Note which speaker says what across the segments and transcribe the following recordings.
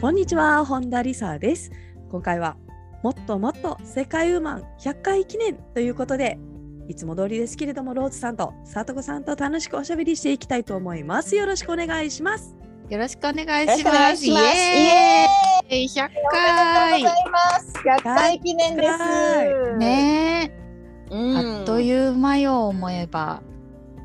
Speaker 1: こんにちは、本田理沙です。今回はもっともっと世界ウーマン100回記念ということで、いつも通りですけれども、ローズさんとさとこさんと楽しくおしゃべりしていきたいと思います。よろしくお願いします。
Speaker 2: よろしくお願いし
Speaker 3: よろしく
Speaker 2: ます。
Speaker 3: お願いします
Speaker 2: イエーイ100
Speaker 3: おめ
Speaker 2: 回
Speaker 3: でとうございます100回記念です
Speaker 1: は
Speaker 2: ねえ、
Speaker 3: うん
Speaker 2: あっという間よ思えば。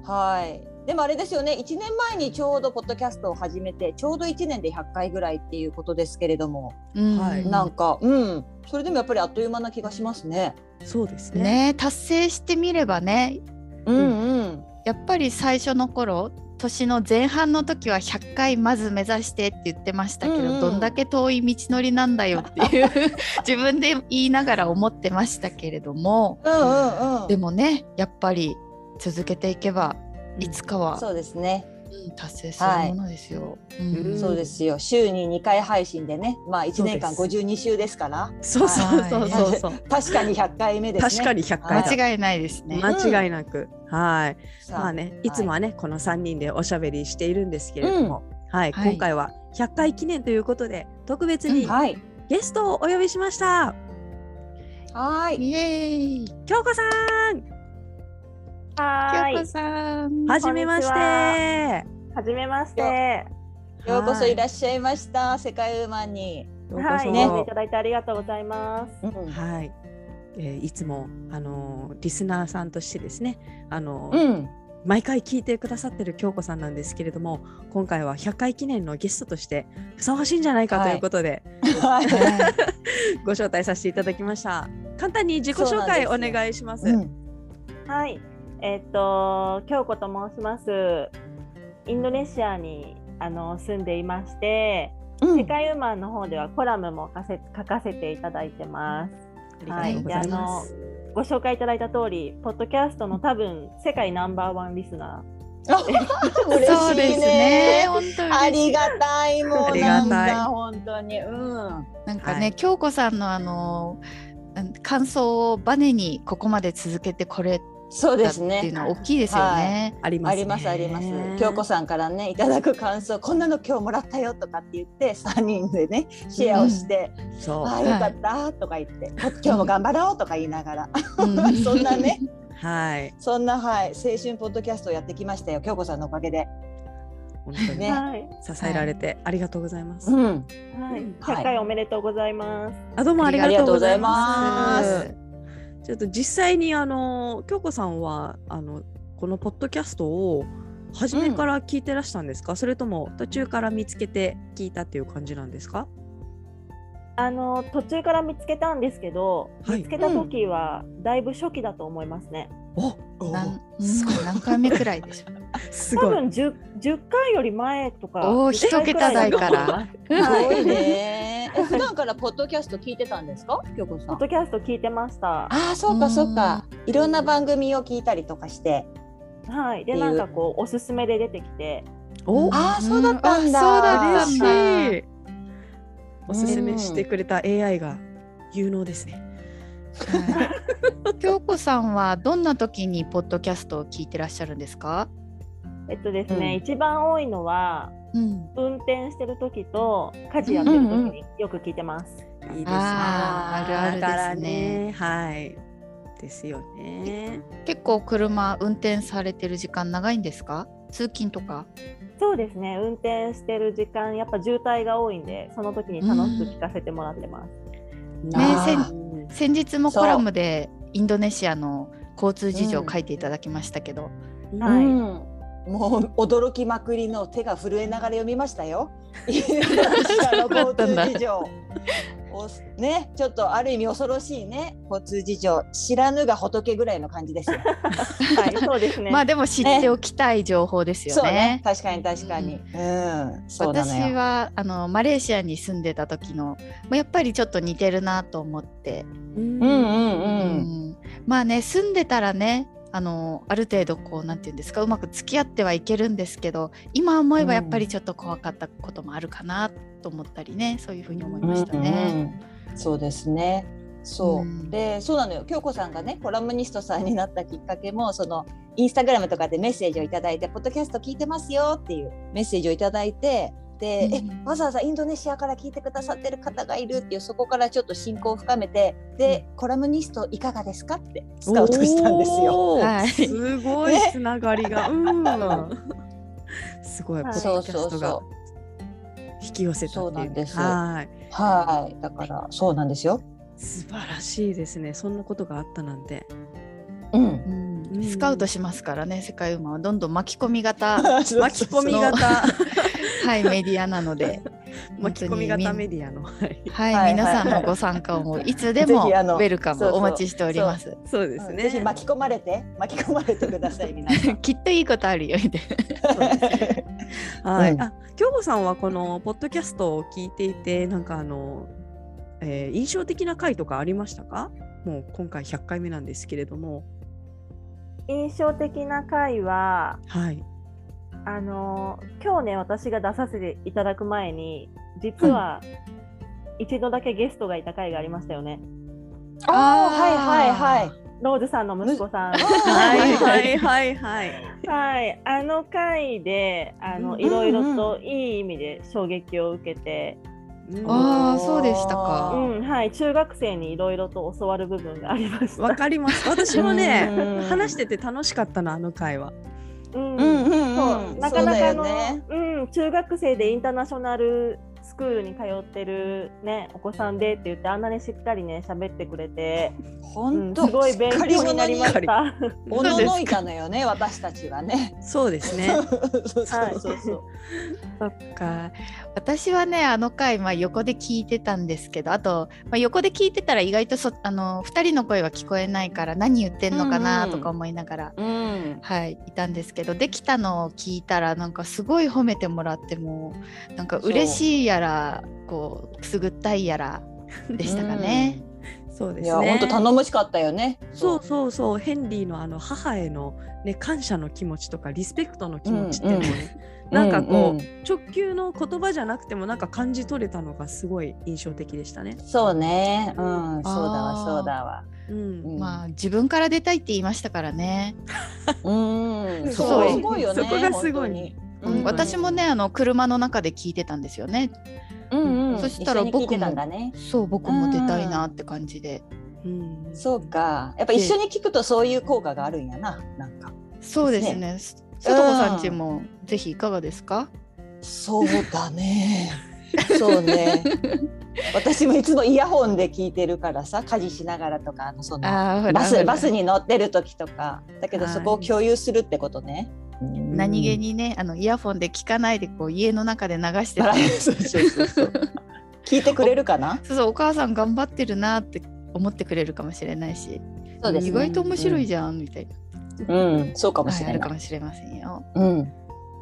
Speaker 3: はいでもあれですよね1年前にちょうどポッドキャストを始めてちょうど1年で100回ぐらいっていうことですけれども、
Speaker 2: うん
Speaker 1: はい
Speaker 3: なんかうんそれでもやっぱりあっという間な気がしますね
Speaker 1: そうですね。
Speaker 2: ねえ達成してみればね
Speaker 3: うんうん
Speaker 2: やっぱり最初の頃年の前半の時は100回まず目指してって言ってましたけど、
Speaker 3: うんうん
Speaker 2: どんだけ遠い道のりなんだよっていう 自分で言いながら思ってましたけれども
Speaker 3: うんうんうん
Speaker 2: でもねやっぱり続けていけばいつかは
Speaker 3: そうですね
Speaker 2: うん達成するものですよ。うん
Speaker 3: そうですよ週に2回配信でねまあ1年間
Speaker 1: そうで
Speaker 3: 52週ですから
Speaker 1: そうそうそうそうそう。
Speaker 3: 確かに100回目で
Speaker 1: 確
Speaker 3: すね
Speaker 1: かに100回だ。
Speaker 2: 間違いないですね。
Speaker 1: 間違いなく。はい。
Speaker 3: さ
Speaker 1: まあね、いつもはね、この3人でおしゃべりしているんですけれども、はい、
Speaker 2: はい
Speaker 1: 今回は100回記念ということで、特別に
Speaker 3: はい
Speaker 1: ゲストをお呼びしました。
Speaker 3: はい
Speaker 2: イエーイ。
Speaker 1: 京子さん
Speaker 4: は
Speaker 2: 京
Speaker 4: ー
Speaker 2: 子
Speaker 4: い。
Speaker 2: さん。
Speaker 1: はじめまして。
Speaker 4: はじめまして。
Speaker 3: ようこそいら
Speaker 1: っし
Speaker 3: っしゃいました世界ウーマンに、
Speaker 4: はい。
Speaker 3: ね
Speaker 4: ね、いただいてありがとうございます。
Speaker 1: はい。えーいつもあのーリスナーさんとしてですね、あのー
Speaker 3: うん
Speaker 1: 毎回聞いてくださってる京子さんなんですけれども、今回は100回記念のゲストとしてふさわしいんじゃないかということで、
Speaker 3: はい
Speaker 2: はい
Speaker 1: ご招待させていただきました。簡単に自己
Speaker 3: そう
Speaker 1: 紹
Speaker 3: なんで
Speaker 1: 介
Speaker 3: す
Speaker 1: お
Speaker 3: よ
Speaker 1: 願いします。
Speaker 3: うん
Speaker 4: はい。えっと、京子と申します。インドネシアにあの住んでいまして、
Speaker 3: うん
Speaker 4: 世界ウーマンの方ではコラムも書かせ書かせていただいてます。
Speaker 1: ありがとうございます。
Speaker 4: ご紹介いただいた通り、ポッドキャストの多分世界ナンバーワンリスナ
Speaker 2: そ
Speaker 3: 嬉
Speaker 2: う
Speaker 3: し
Speaker 2: で
Speaker 3: いね
Speaker 2: すね。本当に
Speaker 3: ありがたいも
Speaker 1: あ
Speaker 3: う
Speaker 1: りが
Speaker 3: な
Speaker 1: たい
Speaker 3: んだ本当にうん
Speaker 2: なんかね、
Speaker 1: はい
Speaker 2: 京子さんのあのうん感想をバネにここまで続けてこれ
Speaker 3: そうで
Speaker 2: たって
Speaker 3: す
Speaker 2: いう
Speaker 3: ね
Speaker 2: のは大きいですよね。
Speaker 1: あります
Speaker 3: あ
Speaker 1: ね
Speaker 3: りますあります京子さんからねいただく感想こんなの今日もらったよとかって言って三人でねシェアをして、
Speaker 1: そう。
Speaker 3: あ
Speaker 1: は
Speaker 3: あよかったとか言って、今日も頑張ろうとか言いながら
Speaker 2: う
Speaker 3: そんな ね。
Speaker 1: い。
Speaker 3: そんなはい青春ポッドキャストをやってきましたよ京子さんのおかげで
Speaker 1: 本当に
Speaker 4: ー。
Speaker 3: ね
Speaker 4: はい。
Speaker 1: 支えられてありがとうございます。
Speaker 3: うん
Speaker 4: はい。
Speaker 3: はい
Speaker 4: 100回おめでとうございます。
Speaker 1: あどうもありがとうございま
Speaker 3: ありがとうご
Speaker 1: す。ちょっと実際にあの京子さんはあのこのポッドキャストを初めから聞いてらしたんですか、それとも途中から見つけて聞いたっていう感じなんですか？
Speaker 4: あの途中から見つけたんですけど、
Speaker 1: はい
Speaker 4: 見つけた時はだいぶ初期だと思いますね。
Speaker 1: お、
Speaker 2: なんうん
Speaker 1: すごい
Speaker 2: 何回目くらいでしょう。
Speaker 1: す
Speaker 4: 多
Speaker 1: ごい。
Speaker 4: 分十十回より前とか。
Speaker 2: おー
Speaker 4: 10回くらいだと思います
Speaker 2: 一桁 台。
Speaker 3: すごいねえ普段からポッドキャスト聞いてたんですか京子さ
Speaker 4: ポ
Speaker 3: ん
Speaker 4: ッドキャスト聞いてました。
Speaker 3: ああそうかそうかいろんな番組を聞いたりとかして
Speaker 4: はい。
Speaker 3: っ
Speaker 4: で
Speaker 3: ていう
Speaker 4: なんかこうおすすめで出てきて、
Speaker 1: お、
Speaker 3: あーそうだったんだ
Speaker 2: あ
Speaker 1: 嬉
Speaker 2: そうだったん
Speaker 1: し
Speaker 2: だ。
Speaker 1: い。おすすめしてくれた AI が有能ですね。
Speaker 2: はい京子さんはどんな時にポッドキャストを聞いてらっしゃるんですか？
Speaker 4: えっとですね、
Speaker 3: うん
Speaker 4: 一番多いのは
Speaker 2: うん、
Speaker 4: 運転してる時と家事やってる時によく聞いてます。
Speaker 1: いいですね。
Speaker 2: あーある
Speaker 1: だか
Speaker 2: あ
Speaker 1: ら
Speaker 2: るですね。
Speaker 1: ね、はい。ですよね。
Speaker 2: 結構車運転されてる時間長いんですか？通勤とか？
Speaker 4: そうですね。運転してる時間やっぱ渋滞が多いんで、その時に楽しく聞かせてもらってます。
Speaker 2: ね
Speaker 3: あ
Speaker 2: せん
Speaker 3: ー
Speaker 2: 先日もコラムでインドネシアの交通事情を書いていただきましたけど、
Speaker 4: は
Speaker 3: う
Speaker 4: い
Speaker 3: んもう驚きまくりの手が震えながら読みましたよ。インドネシアの交通事情。おね、ちょっとある意味恐ろしいね交通事情知らぬが仏ぐらいの感じ ですよ。
Speaker 4: はい、そうです ね。
Speaker 2: まあでも知っておきたい情報ですよ
Speaker 3: そうね
Speaker 2: ね。
Speaker 3: 確かに確かに。うん、そうな
Speaker 2: 私
Speaker 3: のよ。
Speaker 2: はあのマレーシアに住んでた時のもうやっぱりちょっと似てるなと思って、
Speaker 1: うん
Speaker 3: うん
Speaker 1: うん
Speaker 3: うん
Speaker 2: う
Speaker 3: うん。
Speaker 2: んまあね住んでたらねあのある程度こうなんていうんですかうまく付き合ってはいけるんですけど今思えばやっぱりちょっと怖かったこともあるかなと思ったりねそういうふうに思いました
Speaker 3: うん
Speaker 2: ね。
Speaker 3: うんそうですね。そう、
Speaker 2: うん
Speaker 3: でそうなのよ京子さんがねコラムニストさんになったきっかけもそのインスタグラムとかでメッセージをいただいて「ポッドキャスト聞いてますよ」っていうメッセージをいただいてで、
Speaker 2: うん
Speaker 3: えわざわざインドネシアから聞いてくださってる方がいるっていうそこからちょっと親交を深めてで「コラムニストいかがですか?」ってスカウトしたんですよ。
Speaker 1: おー
Speaker 2: はい
Speaker 1: すごいつながり が、うん。すごい、ポ
Speaker 4: はい
Speaker 1: ッドキャストが引き寄せた
Speaker 3: そう
Speaker 1: って
Speaker 3: ないん
Speaker 1: う。
Speaker 3: です
Speaker 1: はい。
Speaker 3: はいだからそうなんですよ。
Speaker 1: 素晴らしいですね。そんなことがあったなんて。
Speaker 3: うん、
Speaker 2: うん
Speaker 1: うん
Speaker 2: スカウトしますからね世界ウーマンはどんどん巻き込み 型
Speaker 1: 巻き込み型、、
Speaker 2: はい、メディアなので
Speaker 1: 巻き込み
Speaker 2: 本当
Speaker 1: 型
Speaker 2: に
Speaker 1: メ
Speaker 2: み
Speaker 1: ディアの。はい。
Speaker 2: はい、
Speaker 3: はいはい
Speaker 2: 皆さんのご参加をもういつでもウ
Speaker 3: ぜひあの
Speaker 2: ェルカ
Speaker 3: そう
Speaker 2: ム
Speaker 3: そう
Speaker 2: お待ちしております。
Speaker 1: そうです
Speaker 3: ぜひ
Speaker 1: ね。
Speaker 3: 巻き込まれて巻き込まれてください皆さん
Speaker 2: きっといいことあるよみたい
Speaker 1: は
Speaker 3: う
Speaker 1: い。
Speaker 3: ん
Speaker 1: あ、京子さんはこのポッドキャストを聞いていて、なんかあの。えー印象的な回とかありましたか。もう今回100回目なんですけれども。
Speaker 4: 印象的な回は
Speaker 1: はい。
Speaker 4: あの今日ね私が出させていただく前に実は一度だけゲストがいた回がありましたよね。
Speaker 3: あーはいはいはい。
Speaker 4: ローズさんの息子さん。
Speaker 1: はいはいはいはい。
Speaker 4: はい、あの回であ
Speaker 1: う
Speaker 4: の
Speaker 1: ん
Speaker 4: いろいろといい意味で衝撃を受けて、
Speaker 1: うん
Speaker 2: あーそうでしたか
Speaker 4: う
Speaker 2: ー
Speaker 4: んはい、中学生にいろいろと教わる部分がありまし
Speaker 1: わ
Speaker 4: た。
Speaker 1: かります。私もね
Speaker 3: うん、
Speaker 1: 話してて楽しかったな、あの会話。
Speaker 4: うん
Speaker 3: うんうん、
Speaker 4: そううんなかなか
Speaker 3: そ
Speaker 4: あ
Speaker 3: う
Speaker 4: のう、
Speaker 3: だよね
Speaker 4: ん、中学生でインターナショナルスクールに通ってる、ね、お子さんでって言ってあんなにしっかりね喋ってくれて、
Speaker 3: 本
Speaker 4: う
Speaker 3: 当、
Speaker 4: んすごい勉強になりま
Speaker 3: しっか
Speaker 4: した。は
Speaker 3: り者におののいたのよね私たちはね。
Speaker 1: そうですね。
Speaker 3: そう
Speaker 4: い、そうそう。
Speaker 2: な。そっか私はねあの回、まあ、横で聞いてたんですけどあと、まあ、横で聞いてたら意外とそあの2人の声は聞こえないから何言ってんのか
Speaker 3: う
Speaker 2: なん
Speaker 3: うん
Speaker 2: とか思いながら、
Speaker 3: うん。
Speaker 2: はい、いたんですけどできたのを聞いたらなんかすごい褒めてもらってもうなんか嬉しいやらこうくすぐったいやらでしたかね。
Speaker 1: そうで
Speaker 3: い
Speaker 1: す
Speaker 3: や
Speaker 1: ね。
Speaker 3: 本当頼もしかったよね。
Speaker 1: そうそうそうヘンリーのあの母へのね感謝の気持ちとかリスペクトの気持ちっていうのをね、なんかこう、直球の言葉じゃなくてもなんか感じ取れたのがすごい印象的でしたね。
Speaker 3: うんそうね。うんそうだわ
Speaker 2: あー
Speaker 3: そうだわ。
Speaker 1: うん、
Speaker 2: まあ自分から出たいって言いましたからね、
Speaker 3: う
Speaker 1: そ
Speaker 3: ん。
Speaker 1: う
Speaker 3: そこすごいよね。
Speaker 1: そこがすごい
Speaker 3: 本当に
Speaker 1: うん
Speaker 3: うん
Speaker 2: 私もねあの車の中で聞いてたんですよね
Speaker 3: うんうん。
Speaker 2: そしたら
Speaker 3: 一緒に聞いてたんだね。
Speaker 2: そう僕も出たいなって感じで、
Speaker 1: うん、
Speaker 3: そうか。やっぱ一緒に聞くとそういう効果があるんやな。なんか。
Speaker 2: そうですね佐藤さんちもぜひいかがですか
Speaker 3: そうだね。 そうね。私もいつもイヤホンで聞いてるからさ、家事しながらとか、あのその
Speaker 2: あーほら
Speaker 3: バ
Speaker 2: ほ
Speaker 3: ス
Speaker 2: ら
Speaker 3: バスに乗ってる時とか、だけど
Speaker 1: はい
Speaker 3: そこを共有するってことね。
Speaker 2: 何気
Speaker 3: に。
Speaker 2: にねあのイヤフォンで聞かないでこう家の中で流して
Speaker 3: バ
Speaker 2: た
Speaker 3: ラ そうそう そうそう聞いてくれるかな。
Speaker 2: そうそうお母さん頑張ってるなって思ってくれるかもしれないし、
Speaker 3: そうですね
Speaker 2: 意外と面白いじゃんみたいな、
Speaker 3: うん、そうかも
Speaker 2: は
Speaker 3: し
Speaker 2: い、あ
Speaker 3: れ
Speaker 2: る
Speaker 3: な
Speaker 2: か
Speaker 3: い。
Speaker 2: もしれませんよ。
Speaker 3: うん、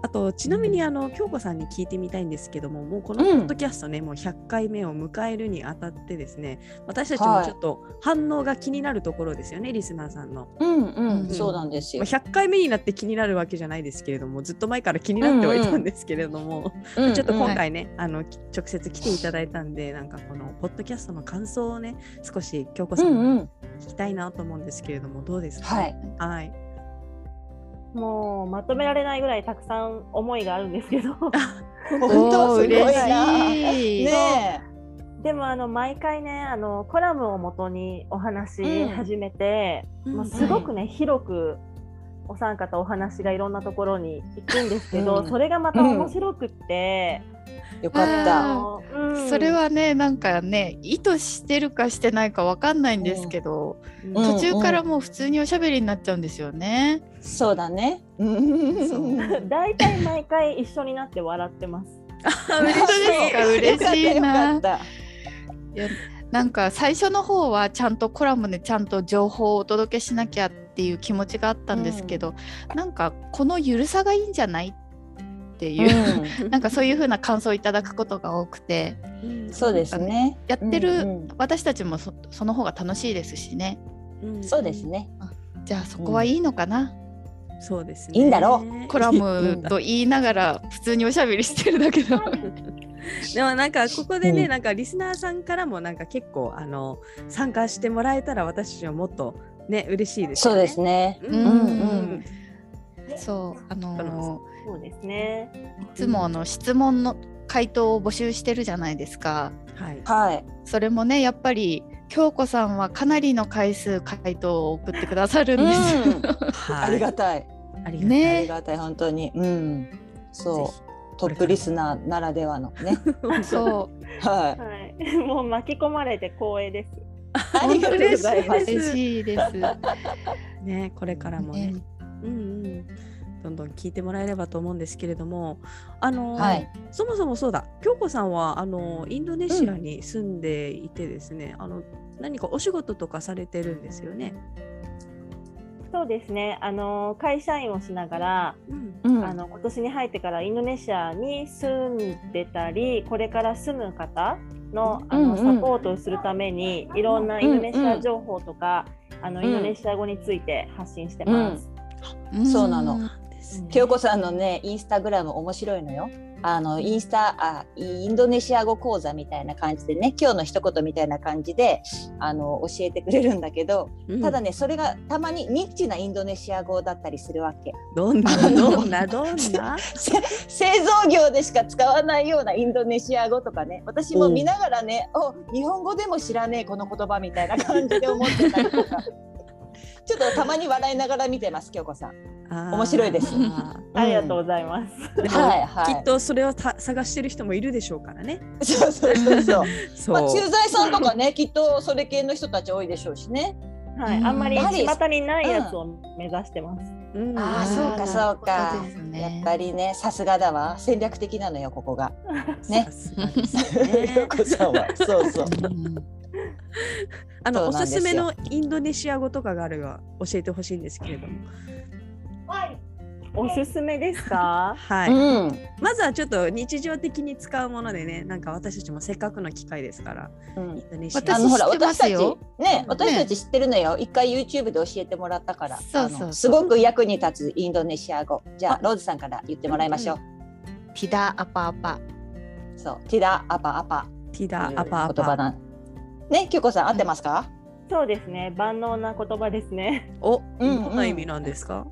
Speaker 1: あとちなみにあの京子さんに聞いてみたいんですけどももうこのポッドキャストね、もう100回目を迎えるにあたってですね私たちもちょっと反応が気になるところですよね、リスナーさんの、
Speaker 3: うん、うん、
Speaker 2: うん
Speaker 3: そうなんです
Speaker 1: ま
Speaker 3: よ
Speaker 1: あ、。100回目になって気になるわけじゃないですけれどもずっと前から気になってはいたんですけれども、
Speaker 3: うん
Speaker 1: ちょっと今回ね、あのき直接来ていただいたんでなんかこのポッドキャストの感想をね少し京子
Speaker 3: う
Speaker 1: さ
Speaker 3: ん、うんん、
Speaker 1: に
Speaker 3: うん、
Speaker 1: 聞きたいなと思うんですけれども、どうですか
Speaker 3: はい。
Speaker 1: はい、
Speaker 4: もうまとめられないぐらいたくさん思いがあるんですけど、
Speaker 3: 本当
Speaker 2: お
Speaker 3: す
Speaker 2: ー
Speaker 3: ごいな。
Speaker 2: 嬉しい、
Speaker 3: ね
Speaker 4: でもあの毎回ねあのコラムを元にお話
Speaker 3: うん
Speaker 4: し始めて、もうすごくね、広くお三方お話がいろんなところに行くんですけど、
Speaker 3: うん
Speaker 4: それがまた面白くって、
Speaker 3: え、よかった。
Speaker 2: あ
Speaker 4: うん
Speaker 2: それはねなんかね意図してるかしてないかわかんないんですけど、
Speaker 3: うん
Speaker 2: 途中からもう普通におしゃべりになっちゃうんですよね。
Speaker 3: そうだね。う。
Speaker 1: そうん
Speaker 4: 大体毎回一緒になって笑ってます。
Speaker 2: 嬉しいか嬉しい
Speaker 3: よかっ
Speaker 2: な。
Speaker 3: たよかっ
Speaker 2: なんか最初の方はちゃんとコラムでちゃんと情報をお届けしなきゃっていう気持ちがあったんですけど、なんかこのゆるさがいいんじゃないっていう、 なんかそういう風な感想をいただくことが多くて
Speaker 3: うんそうですね。
Speaker 2: やってる
Speaker 3: うんうん
Speaker 2: 私たちもそその方が楽しいですしね
Speaker 1: うん
Speaker 3: そうですね。
Speaker 2: じゃあそこはいいのかな、
Speaker 1: そうですね
Speaker 3: いいんだろ
Speaker 2: コラムと言いながら普通におしゃべりしてるだけど
Speaker 1: でもなんかここでね、
Speaker 3: うん
Speaker 1: なんかリスナーさんからもなんか結構あの参加してもらえたら私たちはもっとね嬉しいです
Speaker 3: そ
Speaker 1: よ
Speaker 3: う
Speaker 1: ね。
Speaker 3: ですね。
Speaker 1: う
Speaker 2: うん
Speaker 1: ん
Speaker 2: うんそうあのー
Speaker 4: そうですね。
Speaker 2: いつもあの質問の回答を募集してるじゃないですか。
Speaker 1: はい。
Speaker 3: はい。
Speaker 2: それもねやっぱり京子さんはかなりの回数回答を送ってくださるんです。
Speaker 3: うん
Speaker 1: はい
Speaker 3: ありがたい。
Speaker 1: ありが
Speaker 2: ね
Speaker 3: ありがたい本当に。うん。
Speaker 1: ぜ
Speaker 3: そう。トップリスナーならではのね。
Speaker 2: そう
Speaker 3: は
Speaker 4: はい。 もう巻き込まれて光栄です。
Speaker 3: い。ありがとうございま
Speaker 1: 嬉
Speaker 3: す。
Speaker 2: 嬉しいです。
Speaker 1: ねこれからもね。
Speaker 2: ね
Speaker 1: うんうん。どんどん聞いてもらえればと思うんですけれども、あの、
Speaker 3: はい。
Speaker 1: そもそもそうだ。京子さんはあのインドネシアに住んでいてですね、あの何かお仕事とかされてるんですよね。
Speaker 4: そうですね。あの会社員をしながら、
Speaker 1: うん。
Speaker 3: うん
Speaker 4: あの今年に入ってからインドネシアに住んでたり、これから住む方のあの
Speaker 3: うんうん
Speaker 4: サポートをするために、いろんなインドネシア情報とか、あの
Speaker 3: うん
Speaker 4: インドネシア語について発信してます。
Speaker 3: そうなの
Speaker 2: ん
Speaker 1: ですね
Speaker 3: 京子さんのねインスタグラム面白いのよ。あのインスタあインドネシア語講座みたいな感じでね今日の一言みたいな感じであの教えてくれるんだけど
Speaker 1: うん
Speaker 3: ただねそれがたまにニッチなインドネシア語だったりするわけ
Speaker 1: どんなどんなどんな。
Speaker 3: せ製造業でしか使わないようなインドネシア語とかね私も見ながらね、お日本語でも知らねえこの言葉みたいな感じで思ってたりとかちょっとたまに笑いながら見てます京子さん。 面白いです
Speaker 1: あー
Speaker 4: ありがとうございます。
Speaker 1: でも
Speaker 3: はいは
Speaker 1: き
Speaker 3: い
Speaker 1: っとそれをた探してる人もいるでしょうからね。
Speaker 3: そうそうそうそう
Speaker 1: そ
Speaker 3: まあ、駐在さんとかね、きっとそれ系の人たち多いでしょうしね。
Speaker 4: は
Speaker 2: う
Speaker 4: い。
Speaker 2: ん
Speaker 4: あんまり
Speaker 3: やはり
Speaker 4: 巷にないやつを目指してます。
Speaker 1: うん
Speaker 3: あーそうかそうか
Speaker 2: そうです
Speaker 3: や
Speaker 2: ね
Speaker 3: っぱりね、さすがだわ。戦略的なのよ、ここが。ね
Speaker 1: さすがです
Speaker 3: よ
Speaker 1: ね
Speaker 3: こさんは。そうそう。
Speaker 2: うん
Speaker 1: あの
Speaker 3: そう
Speaker 1: お
Speaker 3: なん
Speaker 1: す
Speaker 3: ですよ
Speaker 1: すめのインドネシア語とかがあれば教えてほしいんですけれども、
Speaker 4: おすすめですか
Speaker 1: はい、
Speaker 3: うん。
Speaker 1: まずはちょっと日常的に使うものでね、なんか私たちもせっかくの機会ですから、
Speaker 3: うん
Speaker 1: インドネシア
Speaker 3: あのほら
Speaker 2: 知ってま
Speaker 3: 私た
Speaker 2: す
Speaker 3: ち
Speaker 2: よ
Speaker 3: ね私たち知ってるのよ一回 YouTube で教えてもらったから
Speaker 2: そうそうそう
Speaker 3: あのすごく役に立つインドネシア語じゃあローズさんから言ってもらいましょう、
Speaker 2: ピダアパアパ。
Speaker 3: そうティダアパアパ
Speaker 1: ティダ
Speaker 3: という
Speaker 1: アパア
Speaker 3: 言葉
Speaker 1: パ。
Speaker 3: なねキュコさん合ってますか、
Speaker 4: そうですね。万能な言葉ですね。
Speaker 1: お、
Speaker 3: うん
Speaker 1: どんな意味なんですか？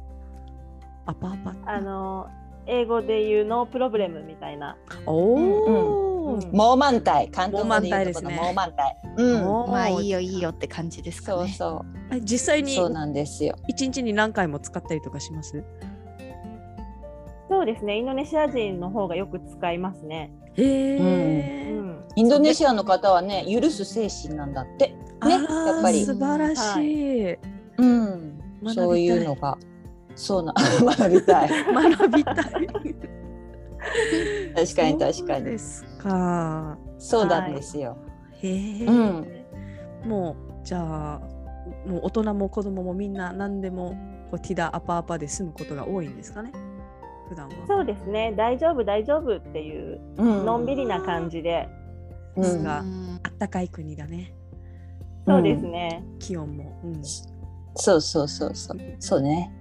Speaker 1: アパアパ。
Speaker 4: あの英語で言うノープロブレムみたいな。
Speaker 1: おお
Speaker 4: う。ん
Speaker 3: モーマンタイ関東語で言うとこのモ
Speaker 1: モ
Speaker 3: ー
Speaker 1: ー
Speaker 3: マンタイ、うん
Speaker 1: おー
Speaker 2: まあいいよいいよって感じです
Speaker 3: そ
Speaker 2: か
Speaker 3: う
Speaker 2: ね。
Speaker 3: そ
Speaker 1: え実際
Speaker 3: う
Speaker 1: に
Speaker 3: そうなんですよ
Speaker 1: 一日に何回も使ったりとかします？
Speaker 4: そうですね。インドネシア人の方がよく使いますね。
Speaker 1: へ
Speaker 4: う
Speaker 1: え。
Speaker 4: ん。
Speaker 3: インドネシアの方はね許す精神なんだってね
Speaker 1: あー
Speaker 3: やっぱり
Speaker 1: 素晴らしい、
Speaker 3: うん
Speaker 1: 学びたい
Speaker 3: そういうのがそうな 学びたい
Speaker 1: 学びたい
Speaker 3: 確かに確か
Speaker 1: そう
Speaker 3: に
Speaker 1: ですか
Speaker 3: そうなんですよ、
Speaker 1: へえ、
Speaker 3: うん
Speaker 1: もうじゃあもう大人も子供もみんな何でもこうティダアパアパで済むことが多いんですかね普段は
Speaker 4: そうですね。大丈夫大丈夫っていう
Speaker 3: うん
Speaker 4: のんびりな感じで。
Speaker 3: う
Speaker 1: です
Speaker 3: ん
Speaker 1: が
Speaker 2: うん
Speaker 1: あったかい国だね
Speaker 4: そうですね。
Speaker 1: 気温も、うん、
Speaker 3: そうそうそうそうそうね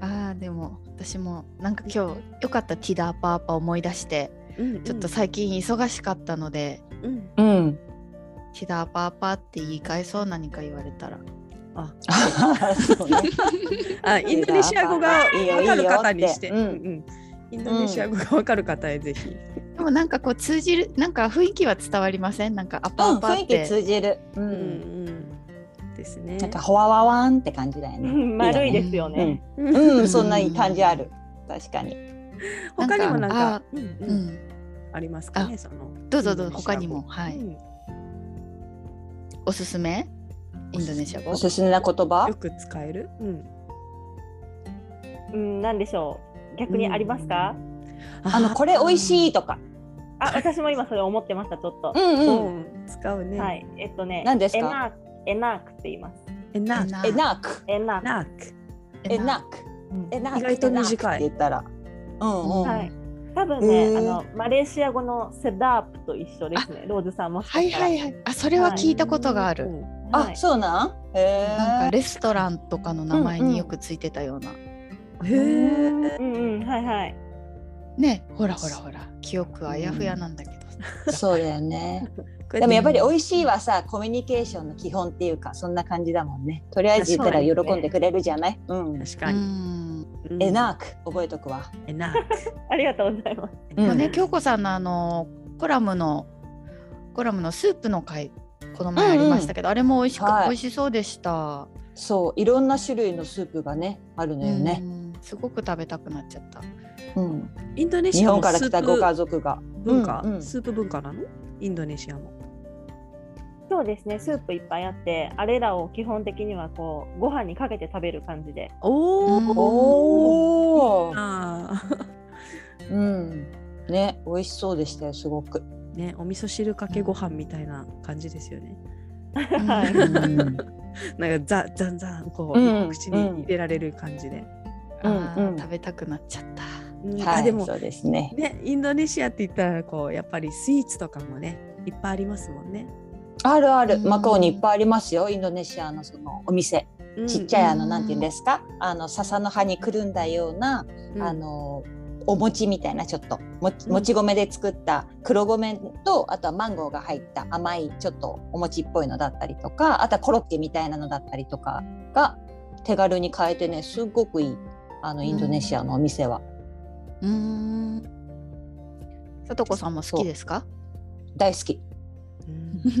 Speaker 2: あーでも私もなんか今日よかったティダアパアパ思い出して
Speaker 1: うんうん
Speaker 2: ちょっと最近忙しかったので、
Speaker 1: うん
Speaker 3: うん
Speaker 2: ティダアパアパって言い返そう何か言われたら。
Speaker 1: あ
Speaker 3: そうね
Speaker 1: あインドネシア語が
Speaker 3: いいよ
Speaker 1: わかる方にして
Speaker 3: いいよって
Speaker 1: うんうんインドネシア語がわかる方へぜひ、
Speaker 2: でもなんかこう通じるなんか雰囲気は伝わりませんなんかアパ
Speaker 3: うん
Speaker 2: アパ
Speaker 3: 雰
Speaker 2: っ
Speaker 3: 囲気
Speaker 2: て、
Speaker 3: 通じるう
Speaker 1: うん
Speaker 3: ん
Speaker 1: うんですね
Speaker 3: なんかほわわわんって感じだよね
Speaker 4: 丸い
Speaker 3: よ
Speaker 4: ですよね。
Speaker 1: うん
Speaker 3: ねうんそんな感じある確かに
Speaker 1: 他にもなん
Speaker 2: なん
Speaker 1: か
Speaker 2: か、
Speaker 1: うんう
Speaker 2: うんん、
Speaker 1: ありますかね、その。
Speaker 2: どうぞどう
Speaker 1: インド
Speaker 2: ぞ
Speaker 1: ネシア
Speaker 2: 他
Speaker 1: 語
Speaker 2: にもはい、
Speaker 1: うん
Speaker 2: おすすめインドネシア語
Speaker 3: おすすめな言葉
Speaker 1: よく使える。うん。
Speaker 4: うん。なんでしょう。逆にありますか？
Speaker 1: あ
Speaker 3: あのこれ美味しいとか
Speaker 4: あ、私も今それ思ってました、ちょっと。
Speaker 3: うん
Speaker 1: う
Speaker 3: うん。
Speaker 1: ん、使うね。
Speaker 4: はい、えっとね、
Speaker 3: 何ですか
Speaker 4: エナーク、エナークって言います。
Speaker 1: えな
Speaker 2: な
Speaker 3: えなく。
Speaker 4: エナーク。
Speaker 1: なく。
Speaker 3: え
Speaker 2: な
Speaker 3: なく。えなく。
Speaker 1: 意外と短い
Speaker 3: って言ったら。うんうん。
Speaker 4: はい。多分ね、
Speaker 3: えー
Speaker 4: あのマレーシア語のセダープと一緒ですね。ローズさんもしか
Speaker 2: はい
Speaker 4: したら。
Speaker 2: はいはい。あ、それは聞いたことがある。
Speaker 1: うん
Speaker 4: は
Speaker 3: あ、
Speaker 4: い
Speaker 3: そうなん。ええ。
Speaker 2: なんかレストランとかの名前によくついてたような。
Speaker 1: へえ。
Speaker 4: うんうんはいはい。
Speaker 2: ね、ほらほらほら、記憶はあやふやなんだけど。
Speaker 3: そうだよね。
Speaker 1: これ
Speaker 3: でもやっぱり美味しいはさ、コミュニケーションの基本っていうか、そんな感じだもんね。とりあえず言ったら
Speaker 4: そうですね
Speaker 3: 喜んでくれるじゃない。うん。
Speaker 1: 確
Speaker 2: う
Speaker 1: かに。
Speaker 2: ん。
Speaker 1: うん
Speaker 3: え。なく覚えとくわ。
Speaker 1: えなく。
Speaker 4: ありがとうございます。
Speaker 3: うん
Speaker 2: まあね、京子さんのあのコラムのコラムのスープの回この前ありましたけど、あれも美味しく、
Speaker 3: はい
Speaker 2: 美味しそうでした。
Speaker 3: そう、いろんな種類のスープがね、あるのよね
Speaker 2: う。んすごく食べたくなっちゃった。
Speaker 3: うん。
Speaker 1: インドネシ
Speaker 3: 日
Speaker 1: ア
Speaker 3: 本
Speaker 1: も
Speaker 3: から
Speaker 1: ス
Speaker 3: 来
Speaker 1: ー
Speaker 3: たご
Speaker 1: プ
Speaker 3: 家族が。
Speaker 1: 文化
Speaker 3: うんう、ん
Speaker 1: スープ文化なの？インドネシアも。
Speaker 4: そうですね。スープいっぱいあって、あれらを基本的にはこうご飯にかけて食べる感じで。
Speaker 1: お
Speaker 2: うん
Speaker 1: お。
Speaker 3: おお。
Speaker 1: ああ。
Speaker 3: うん。ね、美味しそうでしたよ、すごく。
Speaker 1: ね、お味噌汁かけご飯みたいな感じですよね。
Speaker 4: はい
Speaker 2: うん
Speaker 3: うん
Speaker 1: なんかザザンザンこ
Speaker 3: う
Speaker 1: う
Speaker 3: ん
Speaker 1: 口に入れられる感じで。
Speaker 2: あー
Speaker 3: うん
Speaker 2: 食べたくなっちゃった。
Speaker 1: うん
Speaker 3: は
Speaker 1: あ
Speaker 3: い、
Speaker 1: でも
Speaker 3: そうですね。
Speaker 1: ね、インドネシアって言ったらこうやっぱりスイーツとかもね、いっぱいありますもんね。
Speaker 3: あるある、
Speaker 2: うん
Speaker 3: マカオにいっぱいありますよ、インドネシアのそのお店。
Speaker 1: うん
Speaker 3: ちっちゃいあの、
Speaker 2: うん
Speaker 3: なんていうんですか、あの笹の葉にくるんだような、
Speaker 1: うん
Speaker 3: あの。お餅みたいなちょっともちもち米で作った黒米とあとはマンゴーが入った甘いちょっとお餅っぽいのだったりとかあとはコロッケみたいなのだったりとかが手軽に買えてねすっごくいいあのインドネシアのお店は、
Speaker 2: うーん。さとこさんも好きですか？
Speaker 3: 大好き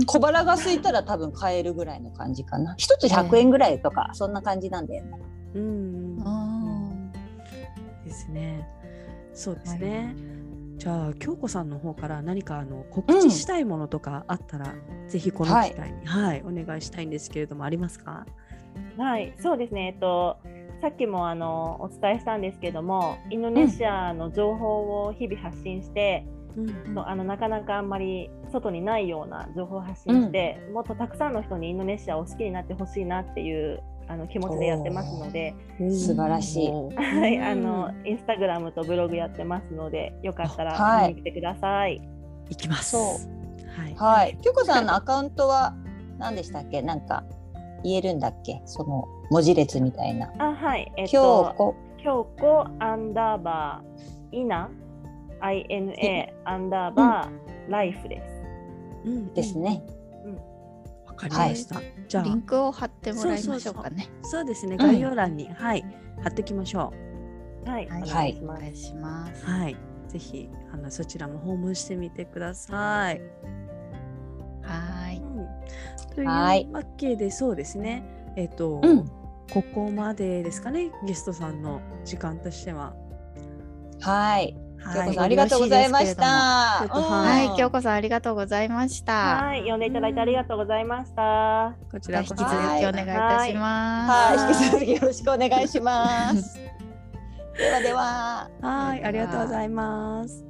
Speaker 1: うん
Speaker 3: 小腹が空いたら多分買えるぐらいの感じかな一つ100円ぐらいとかそんな感じなんだよね
Speaker 1: うん
Speaker 2: うーん
Speaker 1: ですね。そうですね。
Speaker 2: は
Speaker 1: じゃあ京子さんの方から何かあの告知したいものとかあったら、ぜひこの機会に、はい、お願いしたいんですけれどもありますか？
Speaker 4: はい。そうですね。えっと。さっきもあのお伝えしたんですけども、インドネシアの情報を日々発信して、
Speaker 1: うん
Speaker 4: そうあのなかなかあんまり外にないような情報を発信して、もっとたくさんの人にインドネシアを好きになってほしいなっていうあの気持ちでやってますので、
Speaker 3: 素晴らしい
Speaker 4: は、
Speaker 1: はい
Speaker 4: あのインスタグラムとブログやってますのでよかった
Speaker 3: は
Speaker 4: ら
Speaker 3: い
Speaker 4: 見に来てください。
Speaker 1: 行きます。
Speaker 3: そ
Speaker 1: はい。
Speaker 3: はい。きょこさんのアカウントは何でしたっけ？なんか言えるんだっけ？その文字列みたいな。
Speaker 4: あはい、えっ
Speaker 3: 京
Speaker 4: と
Speaker 3: 子
Speaker 4: 京子アンダーバーイナ I N A アンダーバーライフです。
Speaker 1: うん
Speaker 3: です。ね。
Speaker 1: うんわかりました。じゃ
Speaker 2: リン
Speaker 1: あ
Speaker 2: クを貼ってもらいましょうかね。
Speaker 1: そうですね。
Speaker 3: ん
Speaker 1: 概要欄に、はい貼っておきましょ
Speaker 4: はい、
Speaker 2: はい
Speaker 4: お願いし
Speaker 2: お
Speaker 4: ます。
Speaker 2: 願いします
Speaker 1: う。。はい。ぜひあのそちらも訪問してみてください。
Speaker 2: はーい。
Speaker 1: うんという
Speaker 3: は
Speaker 1: わ
Speaker 3: い
Speaker 1: けでそうですね。えっ、と、
Speaker 3: うん。
Speaker 1: ここまでですかねゲストさんの時間としては。
Speaker 3: はい。きょ
Speaker 1: は
Speaker 3: こ
Speaker 1: い
Speaker 3: さんありがとうございまし
Speaker 1: よろしい
Speaker 3: た。
Speaker 1: ですけれども
Speaker 3: うん
Speaker 2: はい、京子さんありがとうございました。
Speaker 4: はい、呼んでいただいてありがとうございました。
Speaker 1: こちら
Speaker 2: 引き
Speaker 1: こ
Speaker 2: 続
Speaker 1: そ
Speaker 2: きお
Speaker 3: は
Speaker 2: 願いいたします。
Speaker 3: はい。引き続きよろしくお願いし ます。ではでは。
Speaker 1: はい、ありがとうございます。